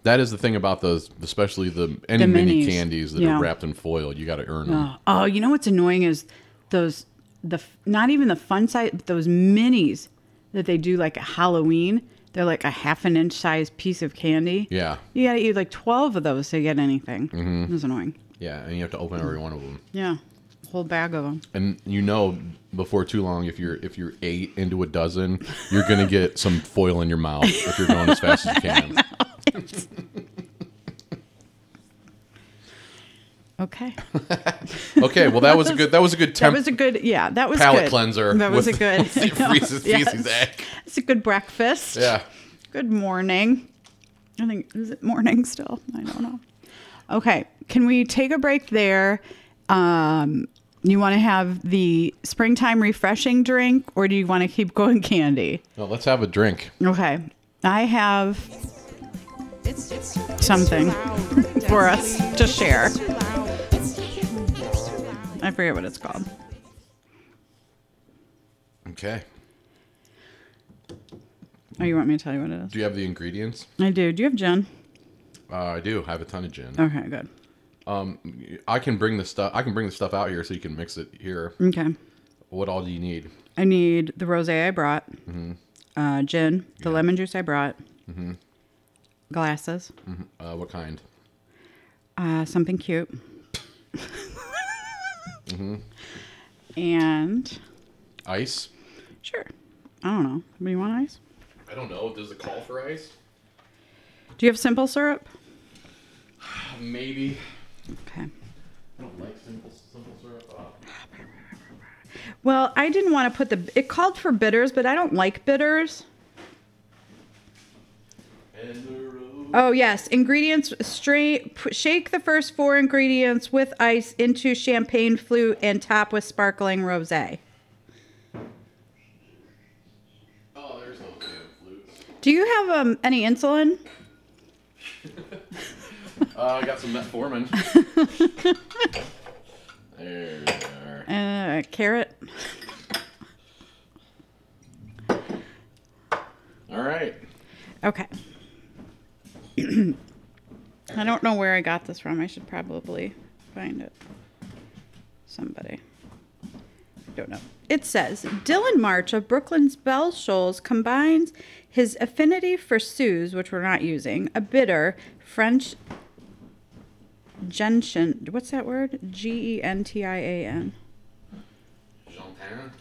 B: That is the thing about those, especially the any
C: The
B: mini
C: minis.
B: candies that
C: Yeah.
B: are wrapped in foil. You got to earn them.
C: Oh, oh, you know what's annoying is those the f- not even the fun size, but those minis that they do like at Halloween. They're like a half an inch size piece of candy.
B: Yeah,
C: You gotta eat like twelve of those to get anything. Mm-hmm. It's annoying.
B: yeah, and you have to open every one of them,
C: Yeah, whole bag of them.
B: and you know before too long if you're if you're eight into a dozen, you're gonna get some foil in your mouth if you're going as fast as you can.
C: Okay,
B: Okay, well that was a good that was a good
C: that
B: temp
C: was a good. Yeah, that was
B: palate
C: good.
B: cleanser.
C: That was a
B: with-
C: good.
B: with the Reese's
C: Yes.
B: Pieces egg.
C: It's a good breakfast.
B: Yeah,
C: Good morning. I think is it morning still? I don't know. Okay, can we take a break there? Um, you want to have the springtime refreshing drink, or do you want to keep going candy?
B: no, let's have a drink.
C: Okay, I have
D: It's, it's, it's
C: Something
D: too loud.
C: for us to share.
D: It's too loud. It's, it's too loud.
C: I forget what it's called.
B: Okay,
C: Oh, you want me to tell you what it is?
B: do you have the ingredients?
C: I do. Do you have gin?
B: Uh, I do. I have a ton of gin.
C: Okay, good.
B: I can bring the stuff. I can bring the stuff out here so you can mix it here.
C: Okay.
B: What all do you need?
C: I need the rosé I brought, uh, gin, the lemon juice I brought, glasses,
B: Uh, what kind?
C: uh, something cute, and
B: Ice.
C: sure. I don't know. Do you want ice?
B: I don't know. Does it call for ice?
C: Do you have simple syrup?
B: Maybe.
C: Okay.
B: I don't like simple, simple syrup. Uh,
C: Well, I didn't want to put the. It called for bitters, but I don't like bitters.
B: and the road.
C: Oh yes, ingredients straight p- shake the first four ingredients with ice into champagne flute and top with sparkling rosé.
B: Oh, there's no damn flutes.
C: Do you have um, any insulin?
B: Uh, I got some metformin. there we are.
C: Uh, carrot.
B: All right.
C: Okay. I don't know where I got this from. I should probably find it. Somebody. Don't know. It says Dylan March of Brooklyn's Bell Shoals combines his affinity for Sue's, which we're not using, a bitter French gentian. What's that word? G E N T I A N.
B: Champagne.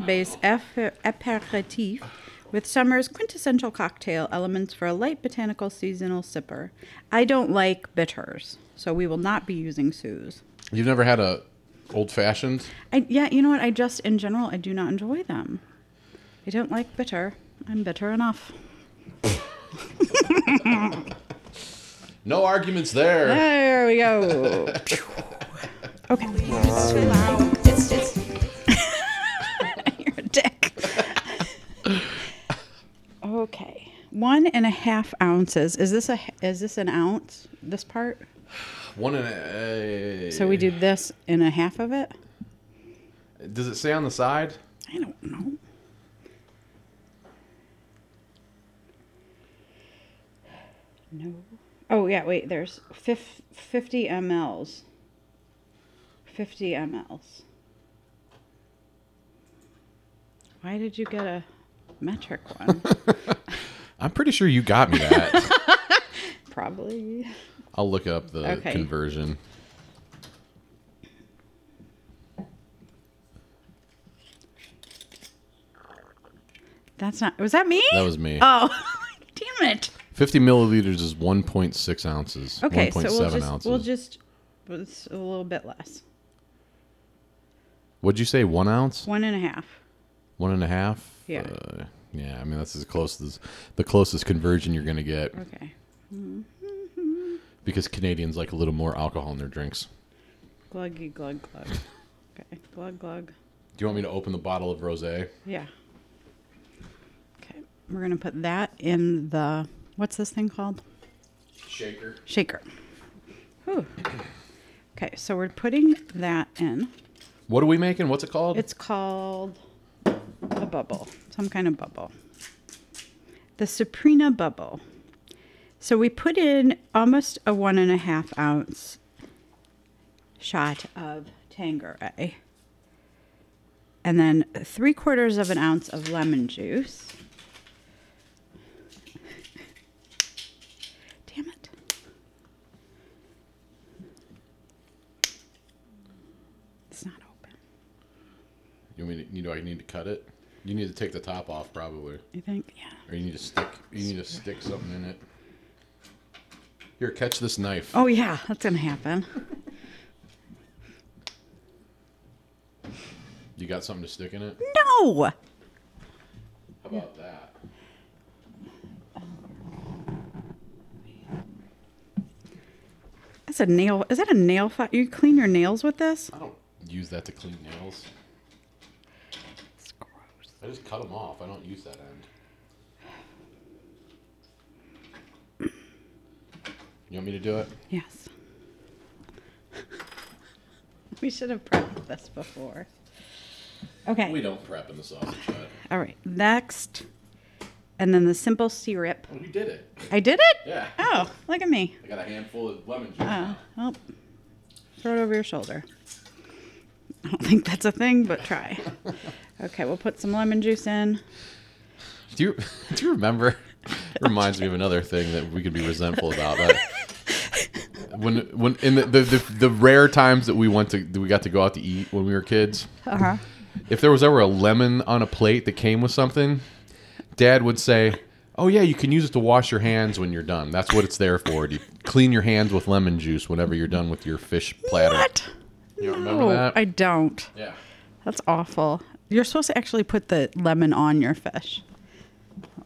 C: Jantan based aperitif with summer's quintessential cocktail elements for a light botanical seasonal sipper. I don't like bitters, so we will not be using Sue's.
B: You've never had a old fashioned?
C: I, yeah, you know what? I just, in general, I do not enjoy them. I don't like bitter. I'm bitter enough.
B: No arguments there.
C: There we go. okay,
D: It's too loud. It's it's
C: you're a dick. okay, one and a half ounces. Is this a is this an ounce? This part.
B: One and a.
C: So we do this and a half of it.
B: Does it say on the side?
C: I don't know. No. Oh, yeah, wait, there's fif- 50 mLs. 50 mLs. Why did you get a metric one?
B: I'm pretty sure you got me that.
C: Probably.
B: I'll look up the
C: Okay.
B: conversion.
C: That's not. Was that me?
B: That was me.
C: Oh, damn it.
B: 50 milliliters is 1.6 ounces.
C: Okay,
B: 1.7
C: so we'll just,
B: ounces.
C: we'll just. It's a little bit less.
B: What'd you say? One ounce?
C: One and a half.
B: One and a half?
C: Yeah.
B: Uh, yeah, I mean, that's as close as the closest conversion you're going to get
C: Okay.
B: because Canadians like a little more alcohol in their drinks.
C: Gluggy, glug, glug. Okay, glug, glug.
B: Do you want me to open the bottle of rose?
C: Yeah. Okay, we're gonna put that in the what's this thing called?
B: Shaker.
C: Shaker. Whew. Okay, so we're putting that in.
B: What are we making? What's it called?
C: It's called a bubble, some kind of bubble. The Suprina bubble. So we put in almost a one and a half ounce shot of Tangeray, and then three quarters of an ounce of lemon juice. Damn it. It's not open.
B: you, want me to, you know, I need to cut it. You need to take the top off, probably.
C: You think? Yeah.
B: Or you need to stick. You need to stick something in it. Here, catch this knife.
C: Oh yeah, that's gonna happen.
B: You got something to stick in it?
C: No.
B: How about that?
C: That's a nail. Is that a nail file? You clean your nails with this?
B: I don't use that to clean nails.
C: It's gross.
B: I just cut them off. I don't use that end. You want me to do it?
C: Yes. we should have prepped this before. Okay.
B: We don't prep in the sausage yet.
C: All right. Next, and then the simple syrup.
B: Well, you did it.
C: I did it.
B: Yeah.
C: Oh, look at me.
B: I got a handful of lemon juice.
C: Oh,
B: now.
C: well, throw it over your shoulder. I don't think that's a thing, but try. Okay, we'll put some lemon juice in.
B: Do you do you remember? reminds me of another thing that we could be resentful about. But when when in the, the, the, the rare times that we went to that we got to go out to eat when we were kids,
C: Uh huh.
B: if there was ever a lemon on a plate that came with something, Dad would say, "Oh yeah, you can use it to wash your hands when you're done. That's what it's there for. You clean your hands with lemon juice whenever you're done with your fish platter."
C: What?
B: You don't remember
C: No,
B: that?
C: I don't.
B: yeah.
C: That's awful. You're supposed to actually put the lemon on your fish.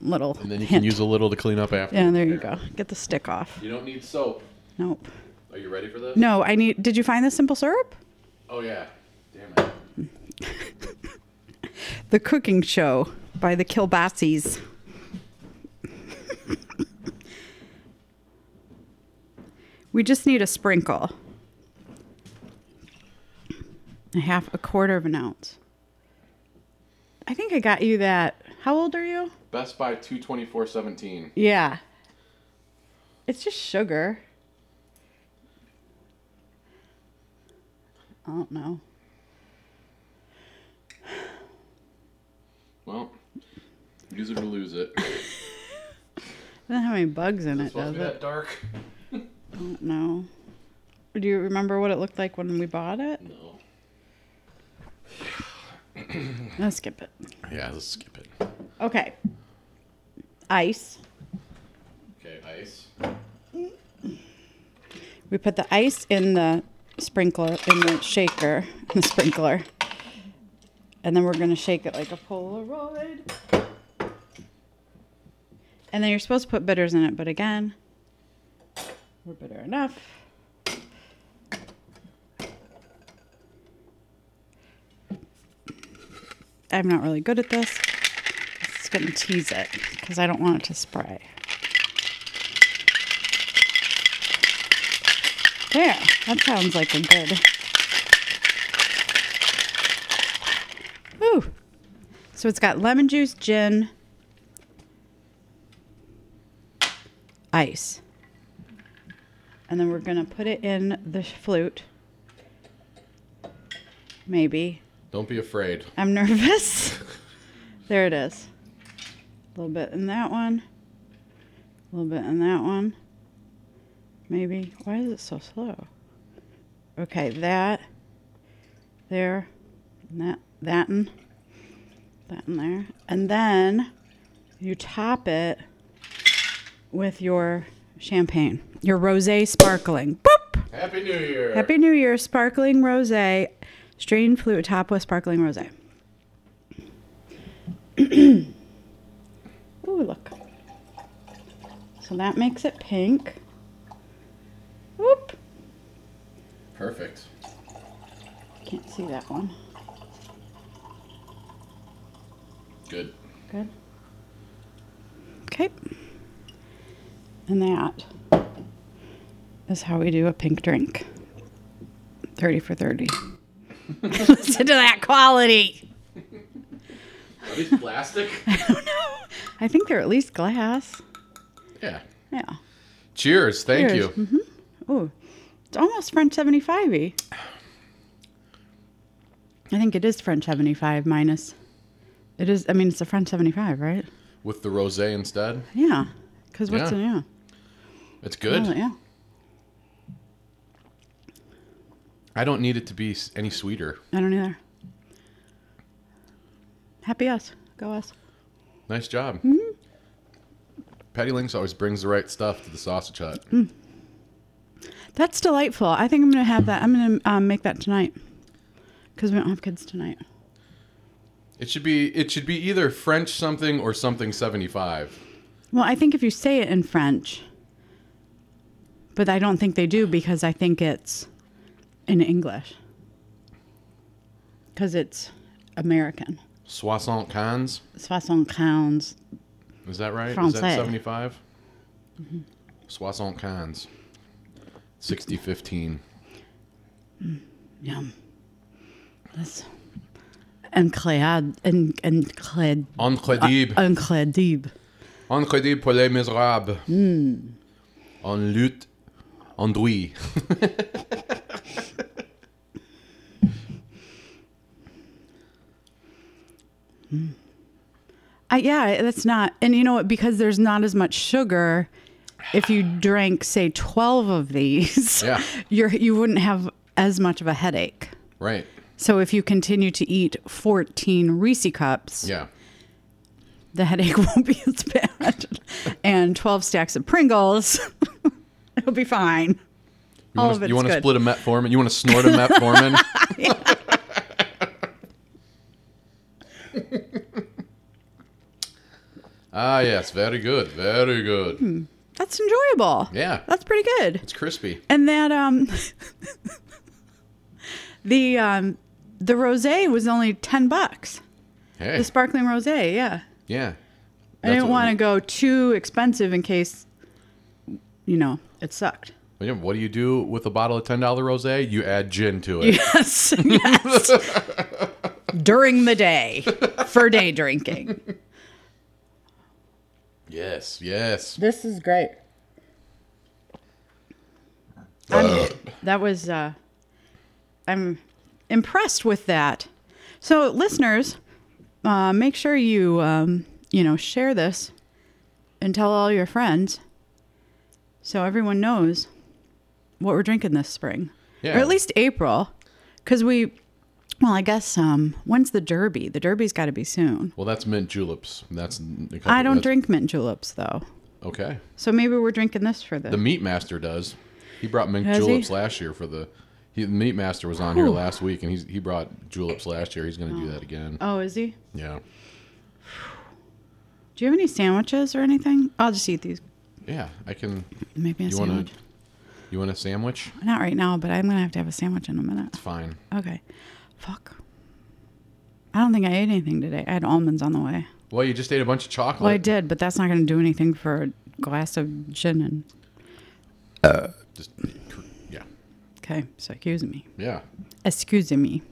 C: Little
B: And then you
C: hint.
B: can use a little to clean up after.
C: yeah, there you go. Get the stick off.
B: You don't need soap.
C: Nope.
B: Are you ready for this?
C: No, I need. Did you find the simple syrup?
B: Oh yeah. Damn it.
C: The Cooking Show by the Kilbassies. we just need a sprinkle. A half, a quarter of an ounce. I think I got you that. How old are you?
B: Best Buy 22417.
C: Yeah. It's just sugar. I don't know.
B: Well, use it or lose it.
C: It doesn't have any bugs in it,
B: It's supposed
C: does
B: to be
C: it?
B: that dark.
C: No. Do you remember what it looked like when we bought it?
B: No.
C: Let's skip it.
B: Yeah, let's skip it.
C: Okay. ice.
B: Okay, ice.
C: We put the ice in the sprinkler, in the shaker, in the sprinkler. And then we're going to shake it like a Polaroid. And then you're supposed to put bitters in it, but again, we're bitter enough. I'm not really good at this. It's going to tease it because I don't want it to spray. There. That sounds like a good. Woo. So it's got lemon juice, gin, ice. And then we're going to put it in the flute. Maybe.
B: Don't be afraid.
C: I'm nervous. there it is. A little bit in that one. A little bit in that one. Maybe. Why is it so slow? Okay, that. There. And that. That and. That and there. And then you top it with your champagne, your rose sparkling. Boop!
B: Happy New Year.
C: Happy New Year, sparkling rosé, strained flute top with sparkling rosé. Ooh, look. So that makes it pink. Whoop.
B: Perfect.
C: Can't see that one.
B: Good.
C: Good. Okay. And that is how we do a pink drink. 30 for 30. Listen to that quality.
B: Are these plastic?
C: I think they're at least glass.
B: yeah.
C: Yeah.
B: Cheers. Thank
C: Cheers. Mm-hmm.
B: you.
C: Ooh, it's almost French 75 y. I think it is French 75 minus. It is, I mean, it's a French 75, right?
B: With the rosé instead.
C: Yeah. Because what's
B: Yeah.
C: in, yeah.
B: It's good.
C: Oh, yeah.
B: I don't need it to be s- any sweeter.
C: I don't either. Happy us. Go us.
B: Nice job.
C: Mm-hmm.
B: Patty Links always brings the right stuff to the sausage hut.
C: Mm. That's delightful. I think I'm going to have that. I'm going to um, make that tonight. Because we don't have kids tonight.
B: It should be it should be either French something or something seventy five.
C: Well, I think if you say it in French, but I don't think they do because I think it's in English. Because it's American.
B: Soissant cans.
C: Soixante pounds.
B: Is that right? Is
C: Francais.
B: that seventy five?
C: Mm-hmm.
B: Soissant cans. Sixty fifteen.
C: Yum. This. Incroyable. In, incred, Uh,
B: Incredible.
C: incredible.
B: Incredible pour les misérables.
C: Hmm.
B: En lutte. En douille.
C: I, yeah, that's not. And you know what? Because there's not as much sugar. If you drank, say, 12 of these,
B: Yeah.
C: you're, you wouldn't have as much of a headache.
B: Right.
C: So if you continue to eat 14 Reese cups,
B: Yeah.
C: the headache won't be as bad. and 12 stacks of Pringles, it'll be fine.
B: You
C: All
B: wanna-
C: of it's
B: you wanna
C: good.
B: split a metformin? You want to snort a metformin? ah, yes. Very good. Very good.
C: Hmm. That's enjoyable.
B: Yeah.
C: That's pretty good.
B: It's crispy.
C: And that um the um the rosé was only 10 bucks.
B: Hey.
C: The sparkling rosé, yeah.
B: yeah.
C: I didn't want to go too expensive in case you know, it sucked.
B: to. What do you do with a bottle of $10 rosé? You add gin to it.
C: Yes, yes. During the day for day drinking.
B: Yes. Yes.
C: This is great. that was, uh, I'm impressed with that. So, listeners, uh, make sure you, um, you know, share this and tell all your friends so everyone knows what we're drinking this spring. Or
B: Yeah.
C: at least April, because we Well, I guess um, when's the Derby? The Derby's got to be soon.
B: Well, that's mint juleps. That's
C: I don't drink mint juleps though,
B: Okay,
C: so maybe we're drinking this for the.
B: the meat master does. He brought mint
C: Does he?
B: juleps last year for the. He, the meat master was on here last week, and he's, he brought juleps last year. He's going to do that again.
C: oh, is he?
B: Yeah,
C: Do you have any sandwiches or anything? I'll just eat these.
B: yeah. I can.
C: Maybe a
B: You want
C: sandwich.
B: to? You want a sandwich?
C: Not right now, but I'm gonna have to have a sandwich in a minute.
B: Fine.
C: Okay. Fuck. I don't think I ate anything today. I had almonds on the way.
B: Well, you just ate a bunch of chocolate.
C: Well, I did, but that's not going to do anything for a glass of gin. And
B: Just, yeah,
C: okay, so excuse me.
B: yeah.
C: Excuse me.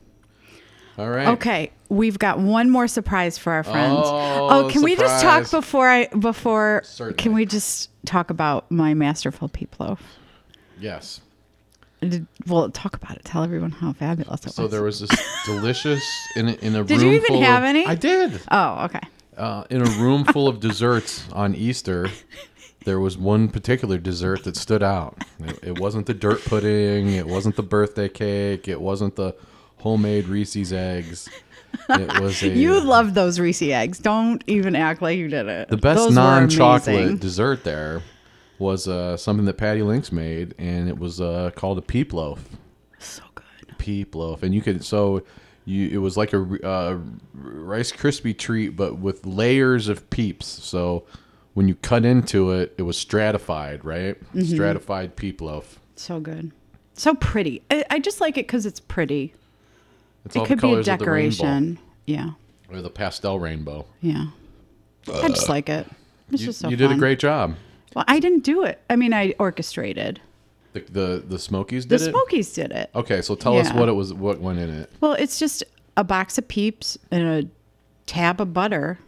B: All right.
C: Okay, we've got one more surprise for our friends.
B: Oh,
C: can we just talk
B: surprise.
C: before I before?
B: Certainly.
C: Can we just talk about my masterful peep loaf?
B: Yes.
C: Did- Well, talk about it. Tell everyone how fabulous it
B: So
C: was.
B: there was this delicious in a, in a
C: Did you
B: room.
C: even
B: full
C: have
B: of-
C: any?
B: I did.
C: oh, okay.
B: Uh, in a room full of desserts on Easter, there was one particular dessert that stood out. It, it wasn't the dirt pudding. It wasn't the birthday cake. It wasn't the homemade Reese's eggs. It was a,
C: You loved those Reese eggs. Don't even act like you did it.
B: the best
C: Those were
B: non-chocolate
C: amazing.
B: dessert there was uh, something that Patty Lynx made, and it was uh, called a peep loaf.
C: So good.
B: peep loaf, and you could so you it was like a uh, Rice Krispie treat, but with layers of peeps. So when you cut into it, it was stratified, right?
C: Mm-hmm.
B: Stratified peep loaf.
C: So good. So pretty. I, I just like it because it's pretty.
B: It's
C: It could be a
B: colors of the rainbow,
C: decoration. Yeah.
B: or the pastel rainbow.
C: Yeah. I just like it. It's
B: Uh, You,
C: just so
B: you did a
C: fun.
B: great job.
C: Well, I didn't do it. I mean, I orchestrated.
B: The the, the Smokies
C: The
B: did it.
C: Smokies did it.
B: Okay, so tell us
C: Yeah.
B: what it was, what went in it.
C: Well, it's just a box of peeps and a tab of butter.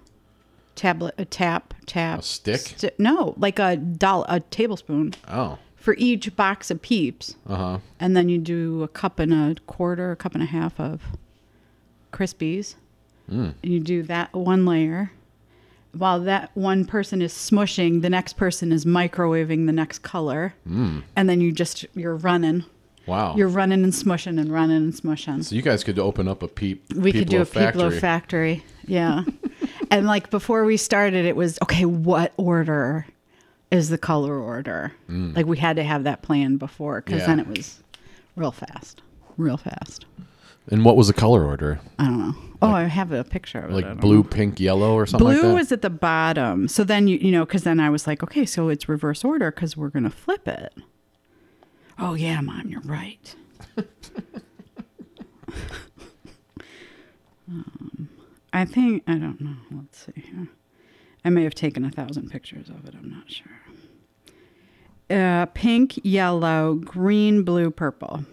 C: Tablet, a tap, tap.
B: A stick?
C: sti- no, like a doll, a tablespoon
B: Oh,
C: for each box of peeps.
B: uh huh.
C: And then you do a cup and a quarter, a cup and a half of Krispies.
B: Mm.
C: And you do that one layer. While that one person is smushing, the next person is microwaving the next color. Mm. And then you just, you're running.
B: Wow.
C: You're running and smushing and running and smushing.
B: so you guys could open up a peep.
C: we
B: peep
C: could do a
B: loaf
C: peep loaf factory. Yeah. and like before we started, it was okay, what order is the color order? Like we had to have that plan before because
B: Mm. Yeah.
C: then it was real fast. Real fast.
B: And what was the color order?
C: I don't know. Oh, I have a picture of it. I
B: Like
C: don't
B: blue,
C: know.
B: pink, yellow, or something like
C: Blue
B: that.
C: was at the bottom. So then you you know because then I was like, okay, so it's reverse order because we're gonna flip it. Oh yeah, mom, you're right. Um, I think I don't know. Let's see here. I may have taken a thousand pictures of it. I'm not sure. Uh, pink, yellow, green, blue, purple.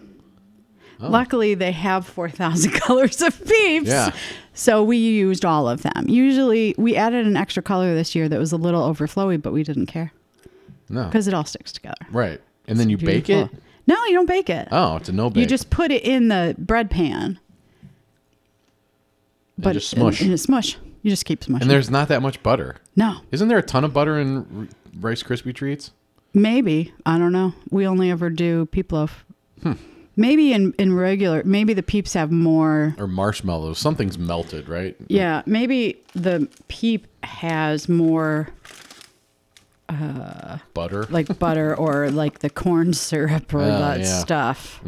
B: Oh.
C: Luckily, they have 4,000 colors of peeps.
B: Yeah.
C: So we used all of them. Usually, we added an extra color this year that was a little overflowy, but we didn't care
B: no.
C: because it all sticks together.
B: Right. And then you bake it?
C: Beautiful. No, you don't bake it.
B: Oh, it's a no bake.
C: You just put it in the bread pan. But
B: just smush.
C: And, and it's smush. You just keep smushing.
B: and there's not that much butter.
C: no,
B: Isn't there a ton of butter in R- Rice Krispie treats?
C: maybe I don't know. We only ever do peep loaf.
B: Hmm.
C: Maybe in in regular. Maybe the peeps have more.
B: Or marshmallows? Something's melted, right?
C: Yeah, maybe the peep has more
B: Butter.
C: like butter or like the corn syrup or
B: Oh,
C: that
B: yeah. Mm-hmm.
C: stuff.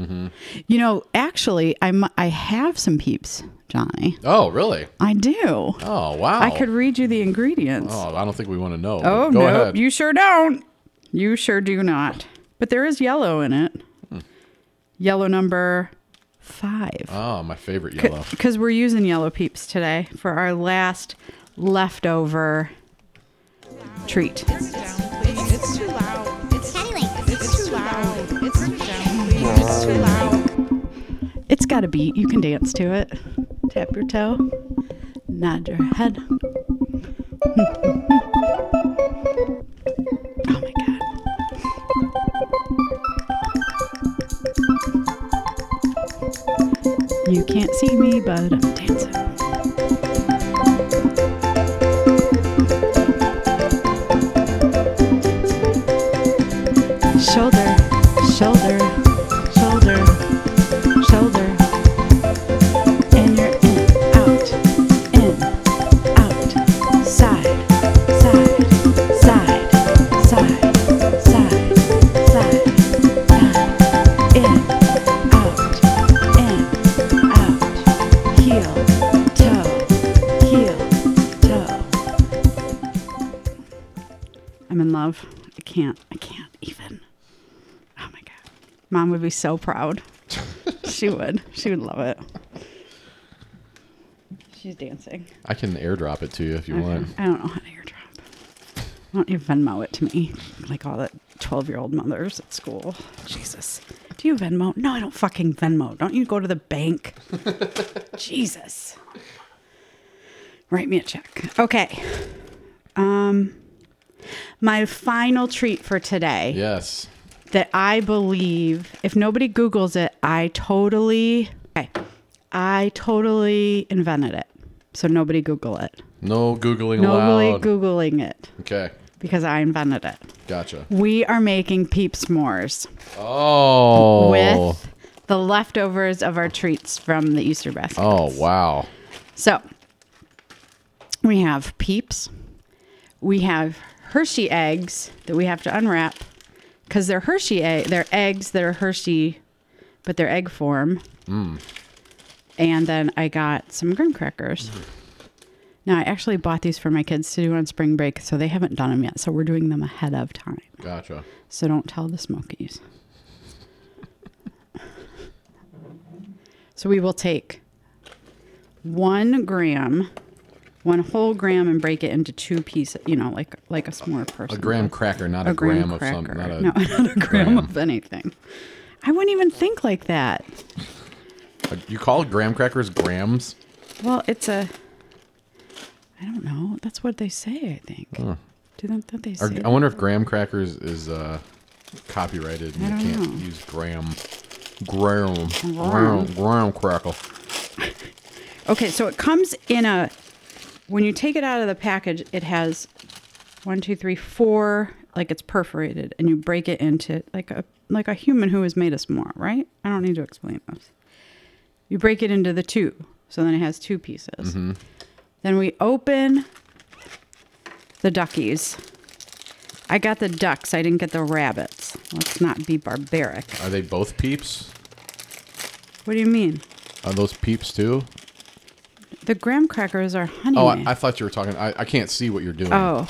C: You know, actually, I'm I have some peeps, Johnny.
B: oh, really?
C: I do.
B: Oh, wow.
C: I could read you the ingredients.
B: Oh, I don't think we want to know.
C: Oh
B: but Go
C: no,
B: ahead.
C: you sure don't. You sure do not. But there is yellow in it.
B: Hmm.
C: Yellow number five.
B: oh, my favorite yellow.
C: Because we're using yellow peeps today for our last leftover treat.
D: Turn it down, please. It's too loud. It's
F: Patty Lake.
D: it's too loud. It's turn it down, please. It's too loud.
C: It's got a beat. You can dance to it. Tap your toe. Nod your head. oh my god. You can't see me, but I'm dancing. Shoulder, shoulder, shoulder shoulder, can't. I can't even. Oh my god. Mom would be so proud. she would. She would love it. She's dancing.
B: I can airdrop it to you if you want.
C: I don't know how to airdrop. Why don't you Venmo it to me? Like all the 12 year old mothers at school. Jesus. Do you Venmo? No, I don't fucking Venmo. Don't you go to the bank? Jesus. Write me a check. Okay. Um, my final treat for today
B: Yes.
C: that I believe, if nobody Googles it, I totally, okay, I totally invented it. So nobody Google it.
B: No googling
C: Nobody
B: allowed.
C: Googling it
B: okay.
C: because I invented it.
B: Gotcha.
C: We are making peep s'mores
B: Oh.
C: with the leftovers of our treats from the Easter basket.
B: Oh wow.
C: So we have peeps. We have Hershey eggs that we have to unwrap because they're Hershey egg. They're eggs that are Hershey, but they're egg form. And then I got some graham crackers. Now I actually bought these for my kids to do on spring break, so they haven't done them yet. So we're doing them ahead of time.
B: Gotcha.
C: So don't tell the Smokies. so we will take one gram, one whole gram, and break it into two pieces. You know, like like a s'more person.
B: A graham cracker, not a,
C: a graham
B: gram of
C: cracker.
B: something. Not a,
C: no, not a gram, of anything. I wouldn't even think like that.
B: a- you call graham crackers grams?
C: Well, it's a. I don't know. That's what they say. I think. Do that? Don't they say?
B: Or, I wonder if graham crackers is uh, copyrighted and
C: I
B: you
C: don't
B: can't
C: know.
B: use graham. Graham. Graham. Graham crackle.
C: Okay, so it comes in a. When you take it out of the package, it has one, two, three, four. Like it's perforated, and you break it into like a like a human who has made us more. Right? I don't need to explain this. You break it into the two, so then it has two pieces.
B: Mm-hmm.
C: Then we open the duckies. I got the ducks. I didn't get the rabbits. Let's not be barbaric.
B: Are they both peeps?
C: What do you mean?
B: Are those peeps too?
C: The graham crackers are honey.
B: Oh,
C: made.
B: I, I thought you were talking. I, I can't see what you're doing.
C: Oh,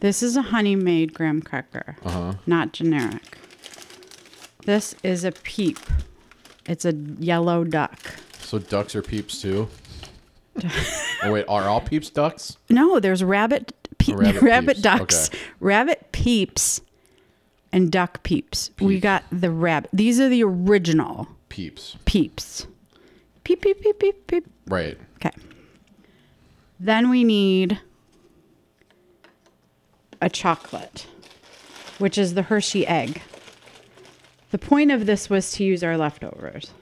C: this is a honey made graham cracker,
B: Uh-huh.
C: not generic. This is a peep. It's a yellow duck.
B: So ducks are peeps too? oh, wait, are all peeps ducks?
C: No, there's rabbit pe-
B: Oh, Rabbit
C: rabbit,
B: peeps,
C: ducks,
B: okay.
C: rabbit peeps, and duck peeps. We
B: Peeps.
C: got the rabbit. These are the original
B: Peeps.
C: peeps. Peep peep peep peep peep.
B: Right.
C: Okay. Then we need a chocolate, which is the Hershey egg. The point of this was to use our leftovers.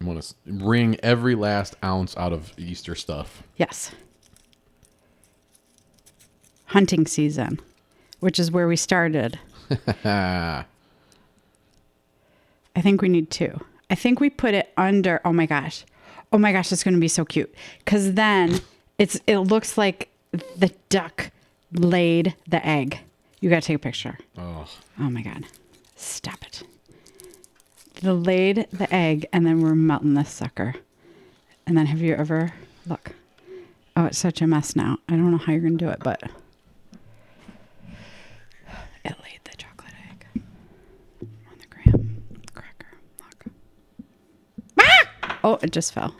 B: You want to wring every last ounce out of Easter stuff.
C: Yes. Hunting season, which is where we started.
B: Ah,
C: I think we need two. I think we put it under. Oh my gosh. Oh my gosh, it's going to be so cute. Cuz then it's it looks like the duck laid the egg. You got to take a picture.
B: oh,
C: Oh my god. Stop it. The laid the egg and then we're melting this sucker. And then have you ever look. Oh, it's such a mess now. I don't know how you're gonna do it, but it laid the chocolate egg on the graham cracker. Look. Ah! Oh, it just fell.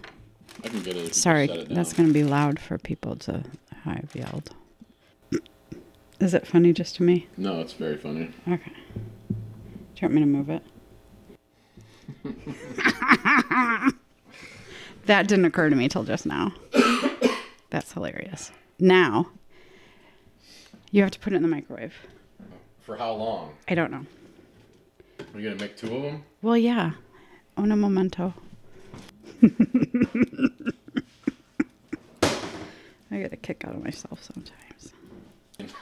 B: I can get it.
C: Sorry, that's gonna be loud for people to how I've yelled. Is it funny just to me?
B: No, it's very funny.
C: Okay. Do you want me to move it? that didn't occur to me till just now. That's hilarious. Now, you have to put it in the microwave.
B: For how long?
C: I don't know.
B: Are you gonna make two of them?
C: Well, yeah. Una momento. I get a kick out of myself sometimes.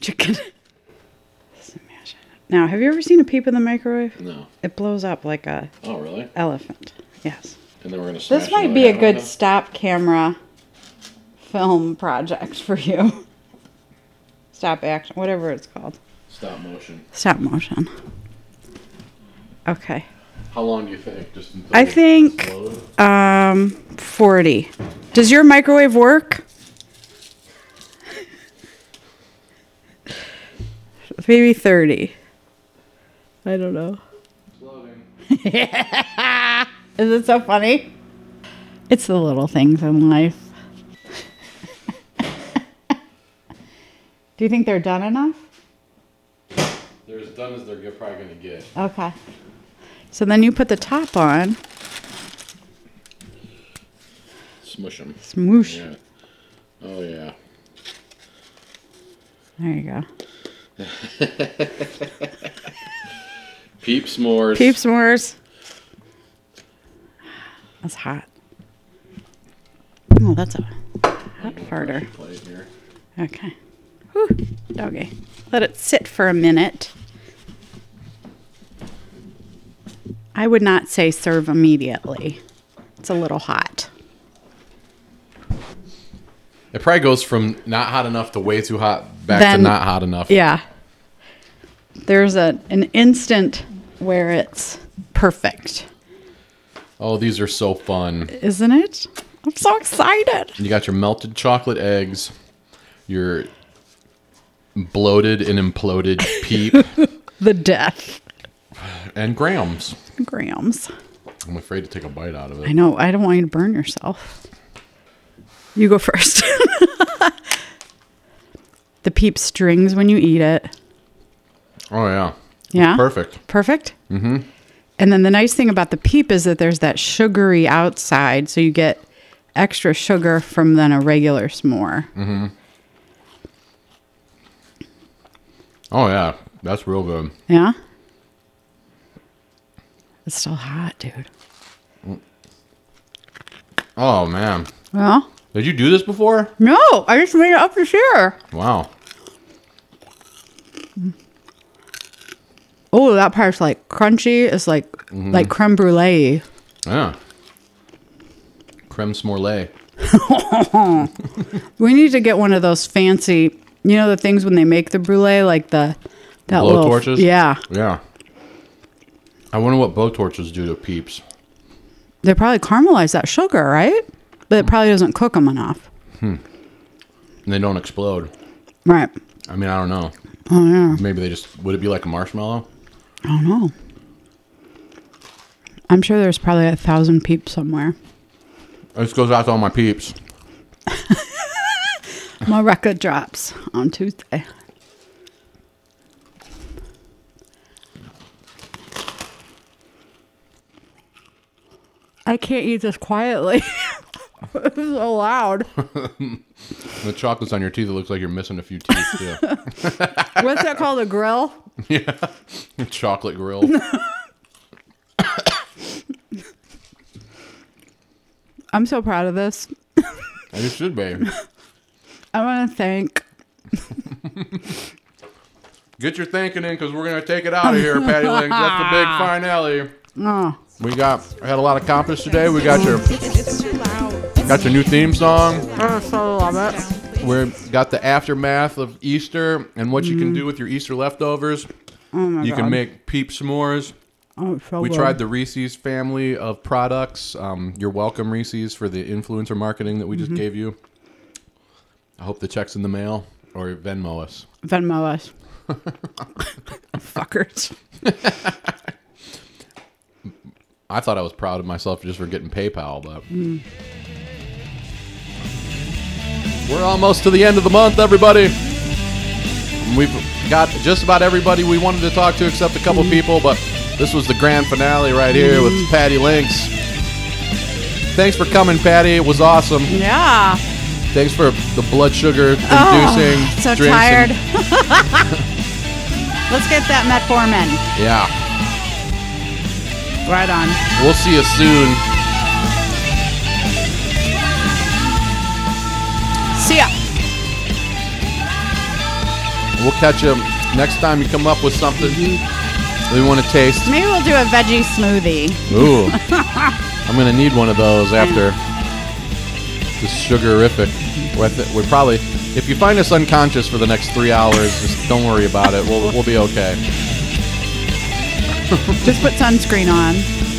C: Chicken. Smash it. Now, have you ever seen a peep in the microwave?
B: No.
C: It blows up like a
B: Oh, really?
C: elephant. Yes.
B: And then we're gonna.
C: This might be a good stop camera film project for you. Stop action, whatever it's called.
B: stop motion.
C: Stop motion. Okay.
B: How long do you think? Just.
C: I think um 40. Does your microwave work?
F: maybe 30. I don't know.
C: Is it so funny? It's the little things in life. Do you think they're done enough?
B: They're as done as they're g- probably gonna get.
C: Okay. So then you put the top on.
B: Smush them.
C: Smoosh.
B: Yeah. Oh yeah.
C: There you go.
B: Peep s'mores.
F: Peep s'mores.
C: That's hot. Oh, that's a hot farter.
B: Plate here.
C: Okay. Whew, doggy. Let it sit for a minute. I would not say serve immediately. It's a little hot.
B: It probably goes from not hot enough to way too hot back
C: Then-
B: to not hot enough.
C: Yeah. There's a an instant where it's perfect,
B: Oh, these are so fun.
C: isn't it? I'm so excited.
B: You got your melted chocolate eggs, your bloated and imploded peep,
C: The death
B: and grams.
C: grams.
B: I'm afraid to take a bite out of
C: I
B: it.
C: know. I don't want you to burn yourself. You go first. the peep strings when you eat it.
B: Oh yeah.
C: Yeah.
B: Perfect.
C: Perfect. Mm-hmm. And then the nice thing about the peep is that there's that sugary outside, so you get extra sugar from then a regular s'more.
B: Oh yeah. That's real good.
C: Yeah. It's still hot, dude.
B: Oh man.
C: Well,
B: Did you do this before?
C: no, I just made it up this year.
B: Wow.
C: Oh, that part's like crunchy. It's like like creme brulee.
B: Yeah. Creme smorlay.
C: We need to get one of those fancy, you know, the things when they make the brulee, like the that
B: Blow
C: little
B: torches?
C: Yeah,
B: Yeah. I wonder what blowtorches do to peeps.
C: they probably caramelize that sugar, right? But it probably doesn't cook them enough,
B: And they don't explode.
C: right?
B: I mean, I don't know.
C: Oh yeah,
B: Maybe they just would it be like a marshmallow?
C: I don't know. I'm sure there's probably a thousand peeps somewhere.
B: This goes out to all my peeps.
C: My record drops on Tuesday. I can't eat this quietly. it's so loud.
B: The chocolate's on your teeth. It looks like you're missing a few teeth too.
C: What's that called? A grill?
B: Chocolate grill.
C: I'm so proud of this.
B: You should be.
C: I want to thank.
B: Get your thinking in because we're gonna take it out of here, Patty Link. That's the big finale.
C: Ah. Oh,
B: We got I had a lot accomplished today. We got your
D: It's, it's too loud.
B: got your new theme song.
C: I so love it.
B: We got the aftermath of Easter and what you can
C: Mm.
B: do with your Easter leftovers. you can make peep s'mores.
C: Oh, it's so
B: We
C: good.
B: tried the Reese's family of products. Um, you're welcome, Reese's, for the influencer marketing that we
C: Mm-hmm.
B: just gave you. I hope the check's in the mail or Venmo us.
C: Venmo us. Fuckers.
B: I thought I was proud of myself just for getting PayPal, but. We're almost to the end of the month, everybody. We've got just about everybody we wanted to talk to except a couple people, but this was the grand finale right here with Patty Links. Thanks for coming, Patty. It was awesome.
C: Yeah.
B: Thanks for the blood sugar inducing
C: Oh, So
B: drinks
C: tired.
B: and-
C: Let's get that metformin.
B: yeah.
C: Right on.
B: We'll see you soon.
C: See ya.
B: We'll catch you next time you come up with something we want to taste.
C: Maybe we'll do a veggie smoothie.
B: Ooh. I'm going to need one of those after this sugarific. With it. We're probably, if you find us unconscious for the next three hours, just don't worry about it. We'll, we'll be okay.
C: Just put sunscreen on.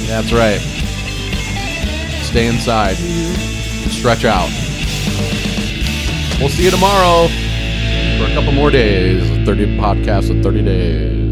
B: That's right. Stay inside. Stretch out. We'll see you tomorrow. for a couple more days. 30 podcasts in 30 days.